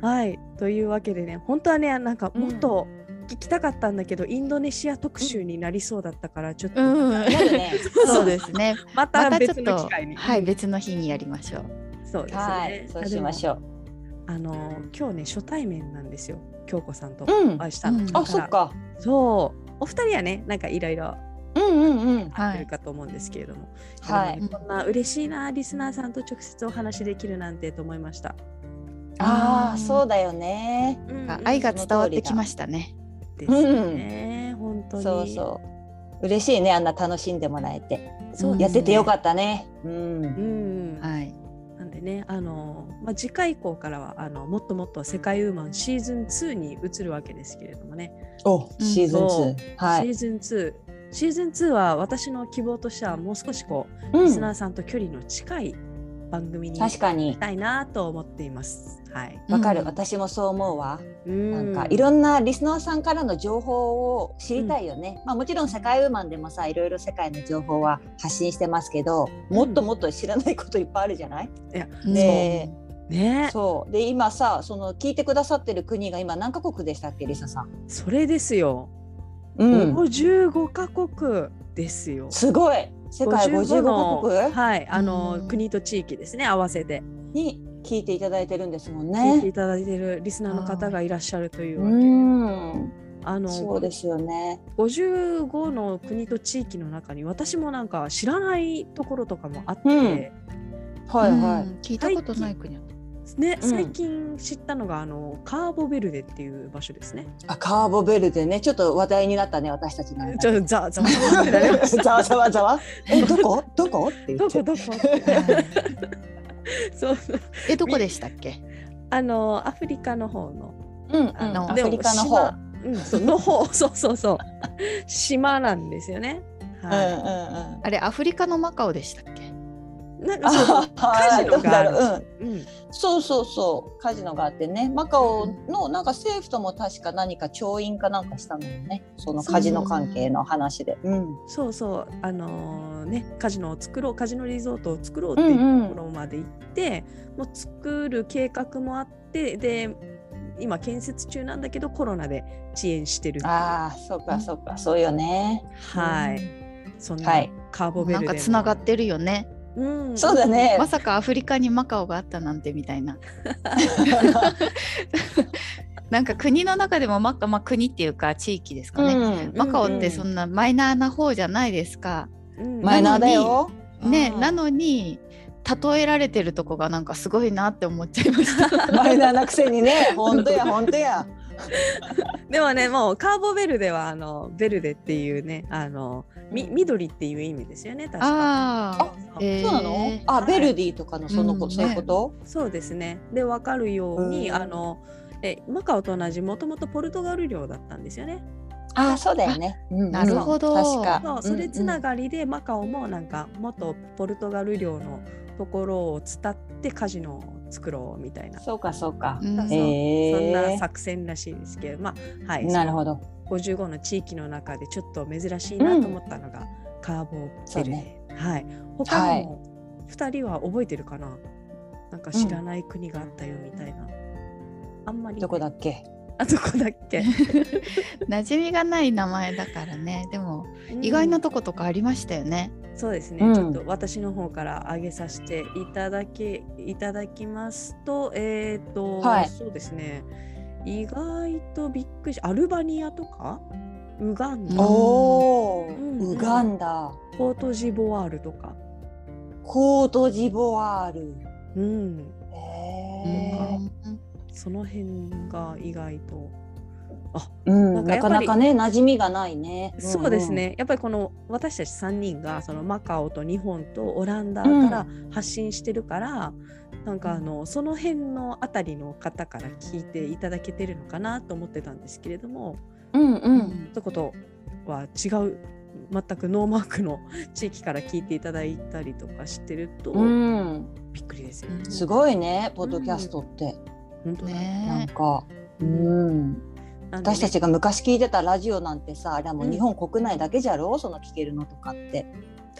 Speaker 1: はい、というわけでね、本当はね、なんかもっと聞きたかったんだけど、インドネシア特集になりそうだったから、ちょっと、
Speaker 2: うん、
Speaker 3: な るね。
Speaker 2: そうですね。
Speaker 1: ま
Speaker 2: ま
Speaker 1: た
Speaker 2: たちょっ
Speaker 1: 別
Speaker 2: と
Speaker 1: の機会に。
Speaker 2: はい、別の日にやりましょう。
Speaker 1: そうですね。
Speaker 3: はい。そうしまし
Speaker 1: ょう。
Speaker 3: ょ
Speaker 1: あの、今日ね、初対面なんですよ、京子さんと
Speaker 3: う。うん
Speaker 1: お。会いしたの。
Speaker 2: うん
Speaker 1: だら
Speaker 3: あ、そっ。か。
Speaker 1: そう、お二人はね、なんかいろいろ
Speaker 3: うんうんうん。
Speaker 1: あっ
Speaker 2: は
Speaker 1: てる
Speaker 2: い。
Speaker 1: かと思うんですけれども。
Speaker 3: はい。
Speaker 2: うん
Speaker 1: こんな嬉しいな、リスナーさんと直接お話できるなんてと思いました。
Speaker 3: ああ、そうだよね。
Speaker 2: なんか愛が伝わってきましたね。
Speaker 1: ですね、本当に。
Speaker 3: そうそう。嬉しいね。あんな楽しんでもらえて。
Speaker 1: そうで
Speaker 3: や
Speaker 1: す
Speaker 3: っ
Speaker 1: ね
Speaker 3: ててよかったね。うん
Speaker 1: う。ん、
Speaker 2: はい。
Speaker 1: なんでね、あのまあ、次回以降からはあのもっともっと「世界ウーマン」シーズン2に移るわけですけれどもね、
Speaker 3: お、シーズン
Speaker 1: そう
Speaker 3: 2。は
Speaker 1: シ
Speaker 3: い。
Speaker 1: ーズン2シーズン2は私の希望としてはもう少しこう、
Speaker 3: う
Speaker 1: リスナ
Speaker 3: ん
Speaker 1: ーさんと距離の近い番組に
Speaker 3: 確
Speaker 1: し
Speaker 3: かに。
Speaker 1: たいなと思っています。はい、
Speaker 2: うん
Speaker 3: わかる。私もそう思うわ。
Speaker 1: な
Speaker 3: なんかいろんなリスナーさんからの情報を知りたいよね。まあもちろん世界ウーマンでもさ、いろいろ世界の情報は発信してますけど、もっともっと知らないこといっぱいあるじゃない？
Speaker 2: うん
Speaker 3: ね
Speaker 1: ね
Speaker 3: そうで今さその聞いてくださってる国が今何カ国でしたっけリサさん、
Speaker 1: それですよ、
Speaker 3: うん、
Speaker 1: 55カ国ですよ
Speaker 3: すごい世界55カ国
Speaker 1: はいあの、
Speaker 2: うん
Speaker 1: 国と地域ですね合わせて
Speaker 3: に聞いていただいてるんですも
Speaker 1: 聞
Speaker 3: ん
Speaker 1: いて
Speaker 3: ね。
Speaker 1: いただいてるリスナーの方がいらっしゃるといううわけで、
Speaker 3: ん
Speaker 1: あの
Speaker 3: そうですよね。
Speaker 1: 55の国と地域の中に私もなんか知らないところとかもあって、
Speaker 3: うんはいは
Speaker 2: うん聞いたことない国だった
Speaker 1: ね、
Speaker 3: うん
Speaker 1: 最近知ったのがあのカーボベルデっていう場所ですね。
Speaker 3: い。あカーボベルデねちょっと話題になったね私たちの間。
Speaker 1: ちょっとざわざわざわざわ
Speaker 3: ざわざわざわ。えどこどこって言
Speaker 1: ど
Speaker 3: って
Speaker 1: こ。どこ そうそう
Speaker 2: えどこでしたっけ
Speaker 1: あのアフリカの方の
Speaker 3: うんうん
Speaker 2: あの
Speaker 3: ア
Speaker 2: で
Speaker 3: フ
Speaker 2: も
Speaker 3: リカの方。うん
Speaker 1: 島 うん、そうの方そうそうそう島なんですよね。
Speaker 3: うんう
Speaker 1: は
Speaker 3: ん。
Speaker 2: あれアフリカのマカオでしたっけ
Speaker 1: い、なんかそう
Speaker 3: あ、は
Speaker 1: カジ
Speaker 3: いど
Speaker 1: ノ
Speaker 3: う
Speaker 1: があ
Speaker 3: だ
Speaker 1: る
Speaker 3: ろう。うん。
Speaker 1: うん、
Speaker 3: そうそうそうカジノがあってねマカオのなんか政府とも確か何か調印かなんかしたのよねそのカジノ関係の話で。うん
Speaker 1: そうそうあのーねカジノを作ろうカジノリゾートを作ろうっていう
Speaker 3: うんうん
Speaker 1: ところまで行って、もう作る計画もあってで今建設中なんだけどコロナで遅延してるっていう
Speaker 3: ああそうかそうかそうよね。
Speaker 1: はい。そん
Speaker 3: は
Speaker 1: ないカーボベ
Speaker 2: な
Speaker 1: ルデ
Speaker 2: んか
Speaker 1: の
Speaker 2: つながってるよね
Speaker 1: うん、
Speaker 3: そうだね
Speaker 2: ま。さかアフリカにマカオがあったなんてみたいな なんか国の中でもマカ、まあ、国っていうか地域ですかね、
Speaker 3: うん
Speaker 2: マカオってそんなマイナーな方じゃないですか、
Speaker 1: うん
Speaker 3: マイナーだよ。
Speaker 2: ね
Speaker 3: うん
Speaker 2: なのに例えられてるとこがなんかすごいなって思っちゃいまし た
Speaker 3: マイナーなくせにね。本当や本当や。
Speaker 1: でもねもうカーボベルデはあのベルデっていうねあのみ緑っていう意味ですよね確か
Speaker 2: あ
Speaker 1: そう
Speaker 2: ーえー
Speaker 3: そうなの？あベルディとかのそのこ
Speaker 2: うん
Speaker 3: そういうこと？
Speaker 1: そうですねで分かるように
Speaker 3: うん
Speaker 1: あのえマカオと同じもともとポルトガル領だったんですよね
Speaker 3: あそうだよね。うん
Speaker 2: なるほど
Speaker 3: 確
Speaker 1: そ
Speaker 3: か。
Speaker 1: うそれつな
Speaker 3: が
Speaker 1: がりでマカオもなんか元ポルトガル領のところを伝ってカジノを作ろうみたいな
Speaker 3: そうかそうか
Speaker 2: う。ん
Speaker 1: そう
Speaker 3: へー
Speaker 1: そんな作戦らしいですけどまあはい
Speaker 3: なるほど。
Speaker 1: 55の地域の中でちょっと珍しいなと思ったのが、カーボ
Speaker 3: そう
Speaker 1: ベルデ、
Speaker 3: ね
Speaker 1: はい他にも2人は覚えてるかな、なんか知らない国があったよみたいな、あんまり
Speaker 3: どこだっけ？
Speaker 1: あどこだっ け
Speaker 2: 馴染みがない名前だからねでも意外なとことかありましたよね、
Speaker 1: うんそうですね、
Speaker 3: うん
Speaker 1: ちょっと私の方から挙げさせていただきいただきますとえっ、と、
Speaker 3: はい
Speaker 1: そうですね意外とびっくりしアルバニアとかウガンダ
Speaker 2: お
Speaker 3: おお、
Speaker 1: うん
Speaker 3: ウガンダ、
Speaker 1: コートジボワールとか
Speaker 3: コートジボワール。
Speaker 1: うん
Speaker 3: へー
Speaker 2: うん
Speaker 1: その辺が意外と、
Speaker 3: うん、
Speaker 1: なんか
Speaker 3: な
Speaker 1: やっ
Speaker 3: か
Speaker 1: ぱ
Speaker 3: な
Speaker 1: り
Speaker 3: かね、馴染みがないね。
Speaker 1: そうですねやっぱりこの私たち3人がそのマカオと日本とオランダか
Speaker 3: うん
Speaker 1: ら発信してるから、なんかあのその辺のあたりの方から聞いていただけてるのかなと思ってたんですけれども
Speaker 3: うん。うんう。
Speaker 2: うんん
Speaker 1: とことは違う全くノーマークの地域から聞いていただいたりとかしてると、
Speaker 3: うん、
Speaker 1: びっくりですよね。
Speaker 3: すごいね、ポッドキャストって、
Speaker 1: 本当だ
Speaker 3: なん
Speaker 2: ね
Speaker 3: か、う
Speaker 1: うん
Speaker 3: ん、
Speaker 1: なんでね
Speaker 3: 私たちが昔聞いてたラジオなんてさ、あれはもううん日本国内だけじゃろう、その聞けるのとかって。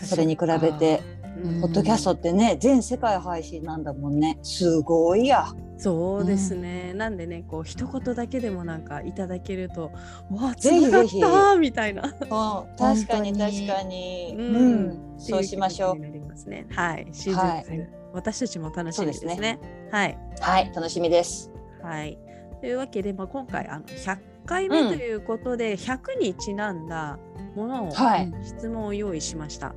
Speaker 3: それに比べて、
Speaker 1: うん
Speaker 3: ポッドキャストってね、全世界配信なんだもんね。すごいや。
Speaker 1: そうですね、なんでねこう一言だけでもなんかいただけると「わあつ
Speaker 3: ぜひ
Speaker 1: ながっ
Speaker 3: ぜひ
Speaker 1: た!」みたいな
Speaker 3: うん、確かに、
Speaker 2: 本当に
Speaker 3: 確かに、
Speaker 1: う
Speaker 3: うんん、そうしまし
Speaker 1: っ
Speaker 3: ょ
Speaker 1: て
Speaker 3: う。
Speaker 1: いう気持ちになりますねはいシーズン
Speaker 3: はい
Speaker 1: 2私たちも楽しみですね
Speaker 3: そうで
Speaker 1: はい
Speaker 3: はい、楽しみです。
Speaker 1: はいというわけで、まあ、今回あの100回目
Speaker 3: うん
Speaker 1: ということで、100にちなんだものを、
Speaker 3: はい
Speaker 1: 質問を用意しました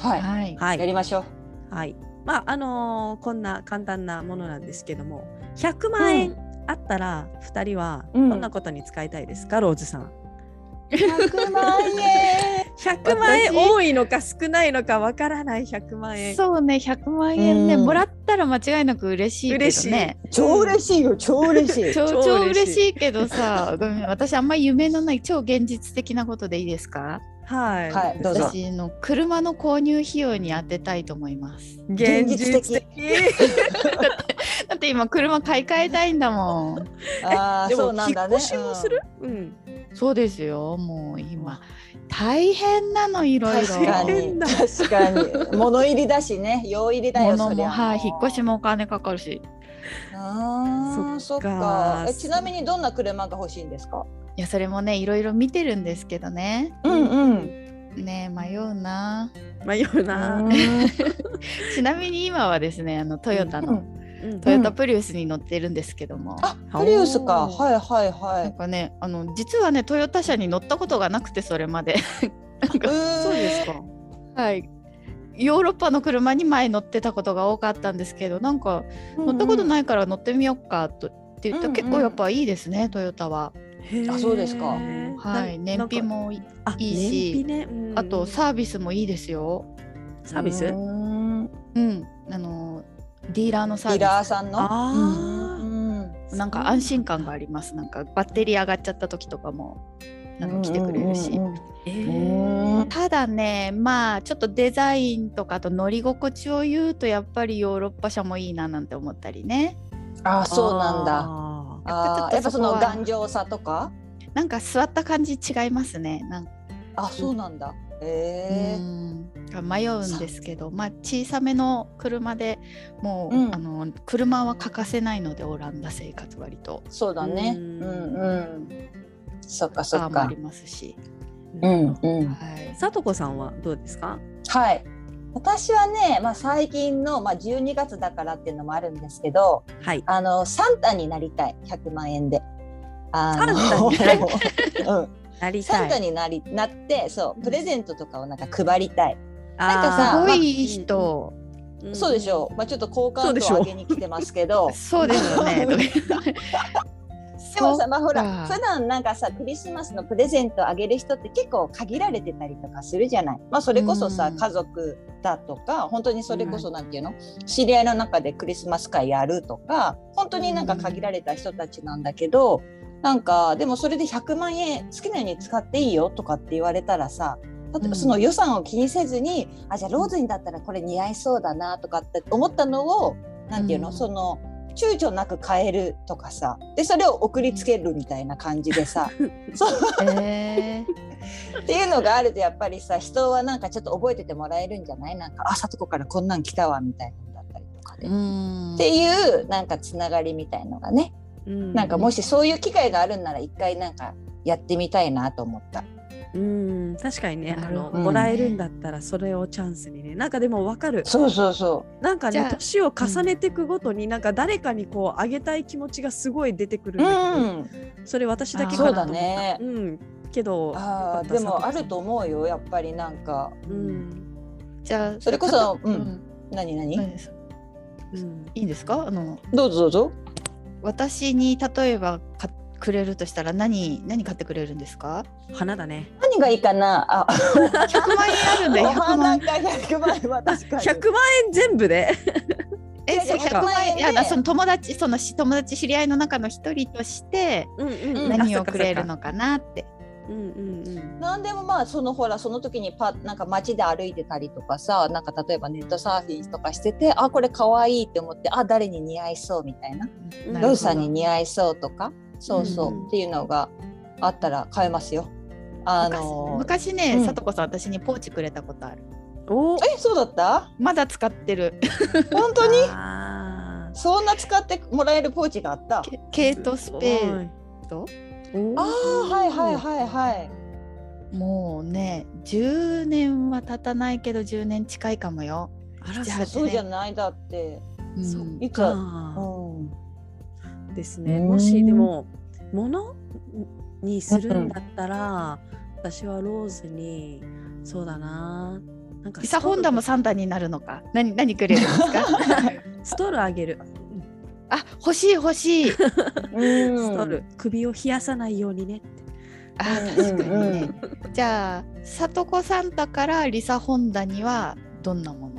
Speaker 3: はい、
Speaker 2: はい
Speaker 1: はい
Speaker 3: やりましょう。
Speaker 1: はいまああのーこんな簡単なものなんですけども100万円あったら2人はどんなことに使いたいですか、ローズさん
Speaker 3: 100万円。
Speaker 1: 100万円
Speaker 2: 私
Speaker 1: 多いのか少ないのかわからない100万円。
Speaker 2: そうね100万円ね、
Speaker 3: うん
Speaker 2: もらったら間違いなく嬉しいけ
Speaker 1: 嬉し
Speaker 2: ど
Speaker 1: い
Speaker 2: ね
Speaker 3: 超嬉しいよ、超嬉しい。
Speaker 2: 超
Speaker 1: 超
Speaker 2: 超
Speaker 1: 嬉しい
Speaker 2: 嬉しいけどさ ごめん私あんまり夢のない超現実的なことでいいですか
Speaker 1: はい、
Speaker 3: はいどうぞ
Speaker 2: 私の車の購入費用に当てたいと思います
Speaker 1: 現実的
Speaker 3: 現実
Speaker 2: だって今車買い替えたいんだもん
Speaker 3: ああ、
Speaker 1: で
Speaker 3: そう
Speaker 1: も
Speaker 3: なん
Speaker 1: 引
Speaker 3: だ
Speaker 1: っ
Speaker 3: ね。
Speaker 1: 越しもする、うん
Speaker 2: そうですよもう今大変なのいろいろ
Speaker 3: 確かに確かに物入りだしね用入りだよ
Speaker 2: 物
Speaker 3: そり
Speaker 2: も
Speaker 3: ゃ
Speaker 2: はい引っ越しもお金かかるし
Speaker 3: あー
Speaker 1: そ
Speaker 3: そ
Speaker 1: っ
Speaker 3: っ
Speaker 1: か
Speaker 3: かえちなみにどんな車が欲しいんですか
Speaker 2: いやそれもねいろいろ見てるんですけどね
Speaker 3: うんうん
Speaker 2: ねえ迷うな
Speaker 1: 迷うな。
Speaker 2: ちなみに今はですねあのトヨタの、
Speaker 3: うん
Speaker 1: うん
Speaker 2: トヨタプリウスに乗ってるんですけども、
Speaker 3: あプリウスか
Speaker 1: おー
Speaker 3: はいはい
Speaker 2: な
Speaker 3: は
Speaker 2: んかねあの実はねトヨタ車に乗ったことがなくてそれまでなん
Speaker 3: い
Speaker 2: か
Speaker 1: そうです
Speaker 3: か
Speaker 1: か。
Speaker 2: はい ヨーロッパの車に前乗ってたことが多かったんですけどなんか乗ったことないから乗ってみようかとって言っ
Speaker 3: うん
Speaker 2: て、
Speaker 3: うん
Speaker 2: 結構やっぱいいですねトヨタは。
Speaker 3: あそうですか
Speaker 2: はい、燃費もいい
Speaker 1: あ
Speaker 2: いいし
Speaker 1: 燃費ねうん
Speaker 2: あとサービスもいいですよ。
Speaker 1: サービス。
Speaker 2: うん、あのディーラーのサー
Speaker 3: ディ
Speaker 2: ビス
Speaker 3: ラーさんの
Speaker 1: あー
Speaker 3: うん
Speaker 2: なんか安心感があります。なんかバッテリー上がっちゃった時とかもなんか来てくれるし。
Speaker 3: うんうんうん
Speaker 1: え
Speaker 3: う
Speaker 1: ー
Speaker 3: ん
Speaker 2: ただね、まあちょっとデザインとかあと乗り心地を言うとやっぱりヨーロッパ車もいいななんて思ったりね。
Speaker 3: あーそうなんだ
Speaker 1: あー
Speaker 3: あーや
Speaker 2: や
Speaker 3: っぱ
Speaker 2: っ
Speaker 3: そ
Speaker 2: ぱちょっとそこ
Speaker 3: の
Speaker 2: は
Speaker 3: 頑丈さとか
Speaker 2: なんか座った感じ違いますね。なんか、
Speaker 3: あそうなんだ
Speaker 2: う
Speaker 3: え
Speaker 2: ん迷うんですけど、まあ小さめの車でもう、
Speaker 3: うん
Speaker 2: あの車は欠かせないのでオランダ生活割と。
Speaker 3: ーそうだね
Speaker 1: う
Speaker 3: うんんうんそっかそ
Speaker 2: バー
Speaker 3: っ
Speaker 2: もあ
Speaker 3: か
Speaker 2: りますし。
Speaker 3: うんうん
Speaker 2: はい。
Speaker 1: さとこさんはどうですか。
Speaker 3: はい私はね、まあ、最近の、まあ、12月だからっていうのもあるんですけど
Speaker 1: はい。
Speaker 3: あのサンタになりたい100万円で。あ
Speaker 1: サ
Speaker 3: の
Speaker 1: ンタに
Speaker 3: うん
Speaker 1: なり
Speaker 3: サ
Speaker 1: た
Speaker 3: ンタ
Speaker 1: い。
Speaker 3: になりなってそうプレゼントとかをなんか配りたい、なんか
Speaker 2: す
Speaker 3: さ
Speaker 2: ごいいい人。
Speaker 1: あー
Speaker 3: そうでしょう、まあ、ちょっと好
Speaker 1: そ
Speaker 3: 感
Speaker 1: うでし
Speaker 3: 度
Speaker 1: ょ
Speaker 3: を
Speaker 1: う
Speaker 3: 上げに来てますけ ど
Speaker 2: そうです よね。とか言って
Speaker 3: でもさまあほ
Speaker 2: そ
Speaker 3: ら
Speaker 2: っか
Speaker 3: 普段なんかさクリスマスのプレゼントあげる人って結構限られてたりとかするじゃない、まあ、それこそさ、
Speaker 2: うん
Speaker 3: 家族だとか本当にそれこそなんていうの、知り合いの中でクリスマス会やるとか本当になんか限られた人たちなんだけど、なんかでもそれで100万円好きなように使っていいよとかって言われたらさ例え
Speaker 2: うん
Speaker 3: ばその予算を気にせずに、あじゃあローズにだったらこれ似合いそうだなとかって思ったのをなんていうの、
Speaker 2: うん
Speaker 3: その躊躇なく買えるとかさでそれを送りつけるみたいな感じでさ、
Speaker 2: えー
Speaker 3: っていうのがあるとやっぱりさ人はなんかちょっと覚えててもらえるんじゃないなんか「あさとこからこんなん来たわ」みたいなのだったりと かで。
Speaker 2: う
Speaker 3: っ
Speaker 2: ん
Speaker 3: ていうなんかつながりみたいのがね、
Speaker 1: う。
Speaker 3: なんかもしそういう機会があるんなら一回なんかやってみたいなと思った。
Speaker 1: うん確かにねあ
Speaker 2: なる
Speaker 1: の
Speaker 2: ほ
Speaker 3: どね
Speaker 1: もらえるんだったらそれをチャンスにねなんかでもわかる
Speaker 3: そうそうそ
Speaker 1: なんか
Speaker 2: じ
Speaker 1: ね
Speaker 2: ゃあ
Speaker 1: 年を重ねていくごとになんか誰かにこうあげたい気持ちがすごい出てくる
Speaker 3: う。うん
Speaker 1: だけど、
Speaker 3: ん。
Speaker 1: それ私だけかなと思った
Speaker 3: あーそうだね
Speaker 1: うんけど
Speaker 3: ああ
Speaker 1: よかった
Speaker 3: でもある
Speaker 1: 佐
Speaker 3: と思うよやっぱりなんか。
Speaker 1: 藤さんうん
Speaker 2: じゃあ
Speaker 3: それこそ、う、
Speaker 2: うんん、
Speaker 3: 何何、
Speaker 2: 何です
Speaker 1: うん
Speaker 2: いいんですかあの
Speaker 3: どうぞどうぞ。
Speaker 2: 私に例えばかくれるとしたら何何買ってくれるんですか
Speaker 1: 花だね
Speaker 3: 何がいいかな。あ、
Speaker 2: 100万円あるん
Speaker 3: お
Speaker 2: で100
Speaker 3: 花
Speaker 2: 万
Speaker 3: が100万円は確かに。
Speaker 1: 100万円全部で
Speaker 2: えそう
Speaker 1: 100
Speaker 2: 100万円
Speaker 3: 万
Speaker 2: い
Speaker 3: 円で
Speaker 2: やその友達そのし友達知り合いの中の一人として
Speaker 1: うんうん
Speaker 3: うん
Speaker 2: 何をくれるのかなって
Speaker 1: うんうんうん
Speaker 3: なんでもまあそのほらその時にパなんか街で歩いてたりとかさなんか例えばネットサーフィンとかしててあこれ可愛いって思ってあ誰に似合いそうみたいな
Speaker 1: うん
Speaker 2: なるほど
Speaker 3: ロイさんに似合いそうとかそうそう、
Speaker 1: うん
Speaker 3: っていうのがあったら買えますよ。あの
Speaker 2: 昔ね、
Speaker 3: うん
Speaker 2: さとこさん私にポーチくれたことある
Speaker 1: お
Speaker 3: えそうだった
Speaker 2: まだ使ってる
Speaker 3: 本当に
Speaker 1: あー
Speaker 3: そんな使ってもらえるポーチがあった。
Speaker 2: ケイトスペード
Speaker 1: すごいお
Speaker 3: あーはいはいはいはい。
Speaker 2: もうね10年は経たないけど10年近いかもよ。
Speaker 1: あら
Speaker 2: じゃ
Speaker 1: そ
Speaker 2: あ
Speaker 1: う
Speaker 3: そうじゃないだって。
Speaker 2: うん
Speaker 1: そっ
Speaker 3: いつは
Speaker 1: か
Speaker 3: うん
Speaker 1: ですね
Speaker 3: うん
Speaker 1: もしでも物にするんだったら私はローズにそうだななんか
Speaker 2: イサホンダも
Speaker 1: ス
Speaker 2: サンタになるのか。何何くれるん ですか。
Speaker 1: トールあげる
Speaker 2: あ欲しい欲しい。
Speaker 3: うん
Speaker 1: ストール首を冷やさないようにね
Speaker 2: あ
Speaker 3: うん
Speaker 2: 確かにね。じゃあさとこサンタからリサホンダにはどんなもの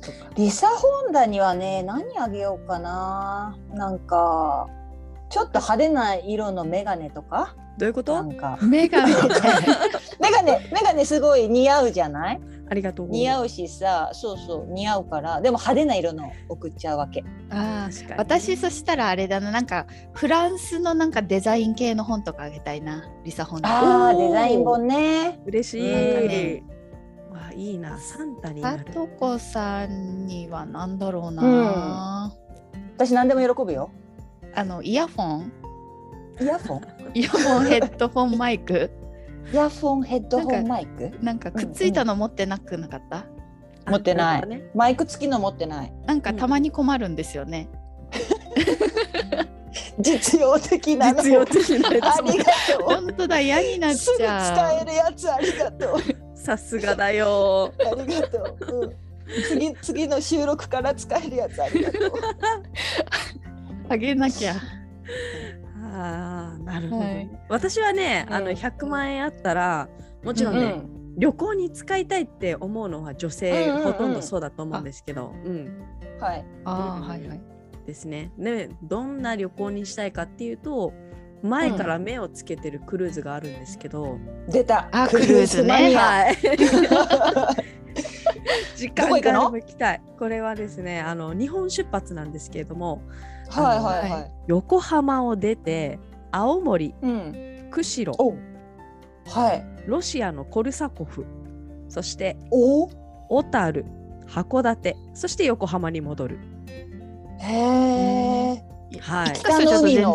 Speaker 2: とか。
Speaker 3: リサホンダにはね何あげようかななんかちょっと派手な色のメガネとか
Speaker 1: どういうこ
Speaker 3: な
Speaker 1: と
Speaker 3: んか
Speaker 2: 目が見て
Speaker 3: メガネメガネすごい似合うじゃない
Speaker 1: ありがとう。
Speaker 3: 似
Speaker 1: う。
Speaker 3: 合うしさそうそう似合うからでも派手な色の送っちゃうわけ
Speaker 2: あ
Speaker 1: 確か
Speaker 2: あ
Speaker 1: に
Speaker 2: 私そしたらあれだななんかフランスのなんかデザイン系の本とかあげたいなリサ本だ
Speaker 1: お
Speaker 3: あー
Speaker 1: ー
Speaker 3: デザイン本ね
Speaker 1: 嬉しい。
Speaker 2: なんか
Speaker 1: ね
Speaker 2: ね、
Speaker 1: わあいいな。サンタにな
Speaker 2: さ
Speaker 1: る。
Speaker 2: とこさんには何だろうな、
Speaker 3: 私何でも喜ぶよ
Speaker 2: あのイヤフォン
Speaker 3: イヤフォン
Speaker 2: イヤフォンヘッドフォンマイク
Speaker 3: イヤフォンヘッドホンマイク
Speaker 2: なんかくっついたの持ってなくなかった、
Speaker 3: 持ってない
Speaker 1: あ。ね
Speaker 3: マイク付きの持ってない
Speaker 2: なんかたまに困るんですよね、
Speaker 3: 実用的なの
Speaker 1: 実用的なや
Speaker 3: ありがと
Speaker 2: 本当だ嫌にな
Speaker 3: う
Speaker 2: っ
Speaker 3: すぐ
Speaker 2: ち
Speaker 3: 使
Speaker 2: ゃ
Speaker 3: えるやつありがとう
Speaker 1: つ。 さすがだよ。
Speaker 3: ありがとう、うん、次次の収録から使えるやつありがとう
Speaker 2: うあげなきゃ
Speaker 1: ああ、なるほど、ね
Speaker 2: はい
Speaker 1: 私はね、あの
Speaker 3: うん
Speaker 1: 100万円あったら、もちろんね、
Speaker 3: うん
Speaker 1: 旅行に使いたいって思うのは女性、
Speaker 3: うんうんう
Speaker 1: ほ
Speaker 3: ん
Speaker 1: とんどそうだと思うんですけど、うん、
Speaker 3: はい
Speaker 2: あーはいはい
Speaker 1: ですね。で、どんな旅行にしたいかっていうと、前から目をつけてるクルーズがあるんですけど、
Speaker 3: 出た
Speaker 2: あクルーズね
Speaker 3: マ
Speaker 1: はい。
Speaker 3: ニア
Speaker 1: 時
Speaker 3: ど
Speaker 1: 間があ
Speaker 3: こ行く
Speaker 1: れ
Speaker 3: の
Speaker 1: ば行きたい。これはですね、あの日本出発なんですけれども、
Speaker 3: はいはいはい。
Speaker 1: 横浜を出て青森、
Speaker 3: うん。
Speaker 1: 釧路、
Speaker 3: お。はい。
Speaker 1: ロシアのコルサコフ、そして
Speaker 3: お。
Speaker 1: 小樽、函館、そして横浜に戻る。
Speaker 3: へえ。
Speaker 1: はい
Speaker 2: 一箇所ちょっと全然、
Speaker 3: う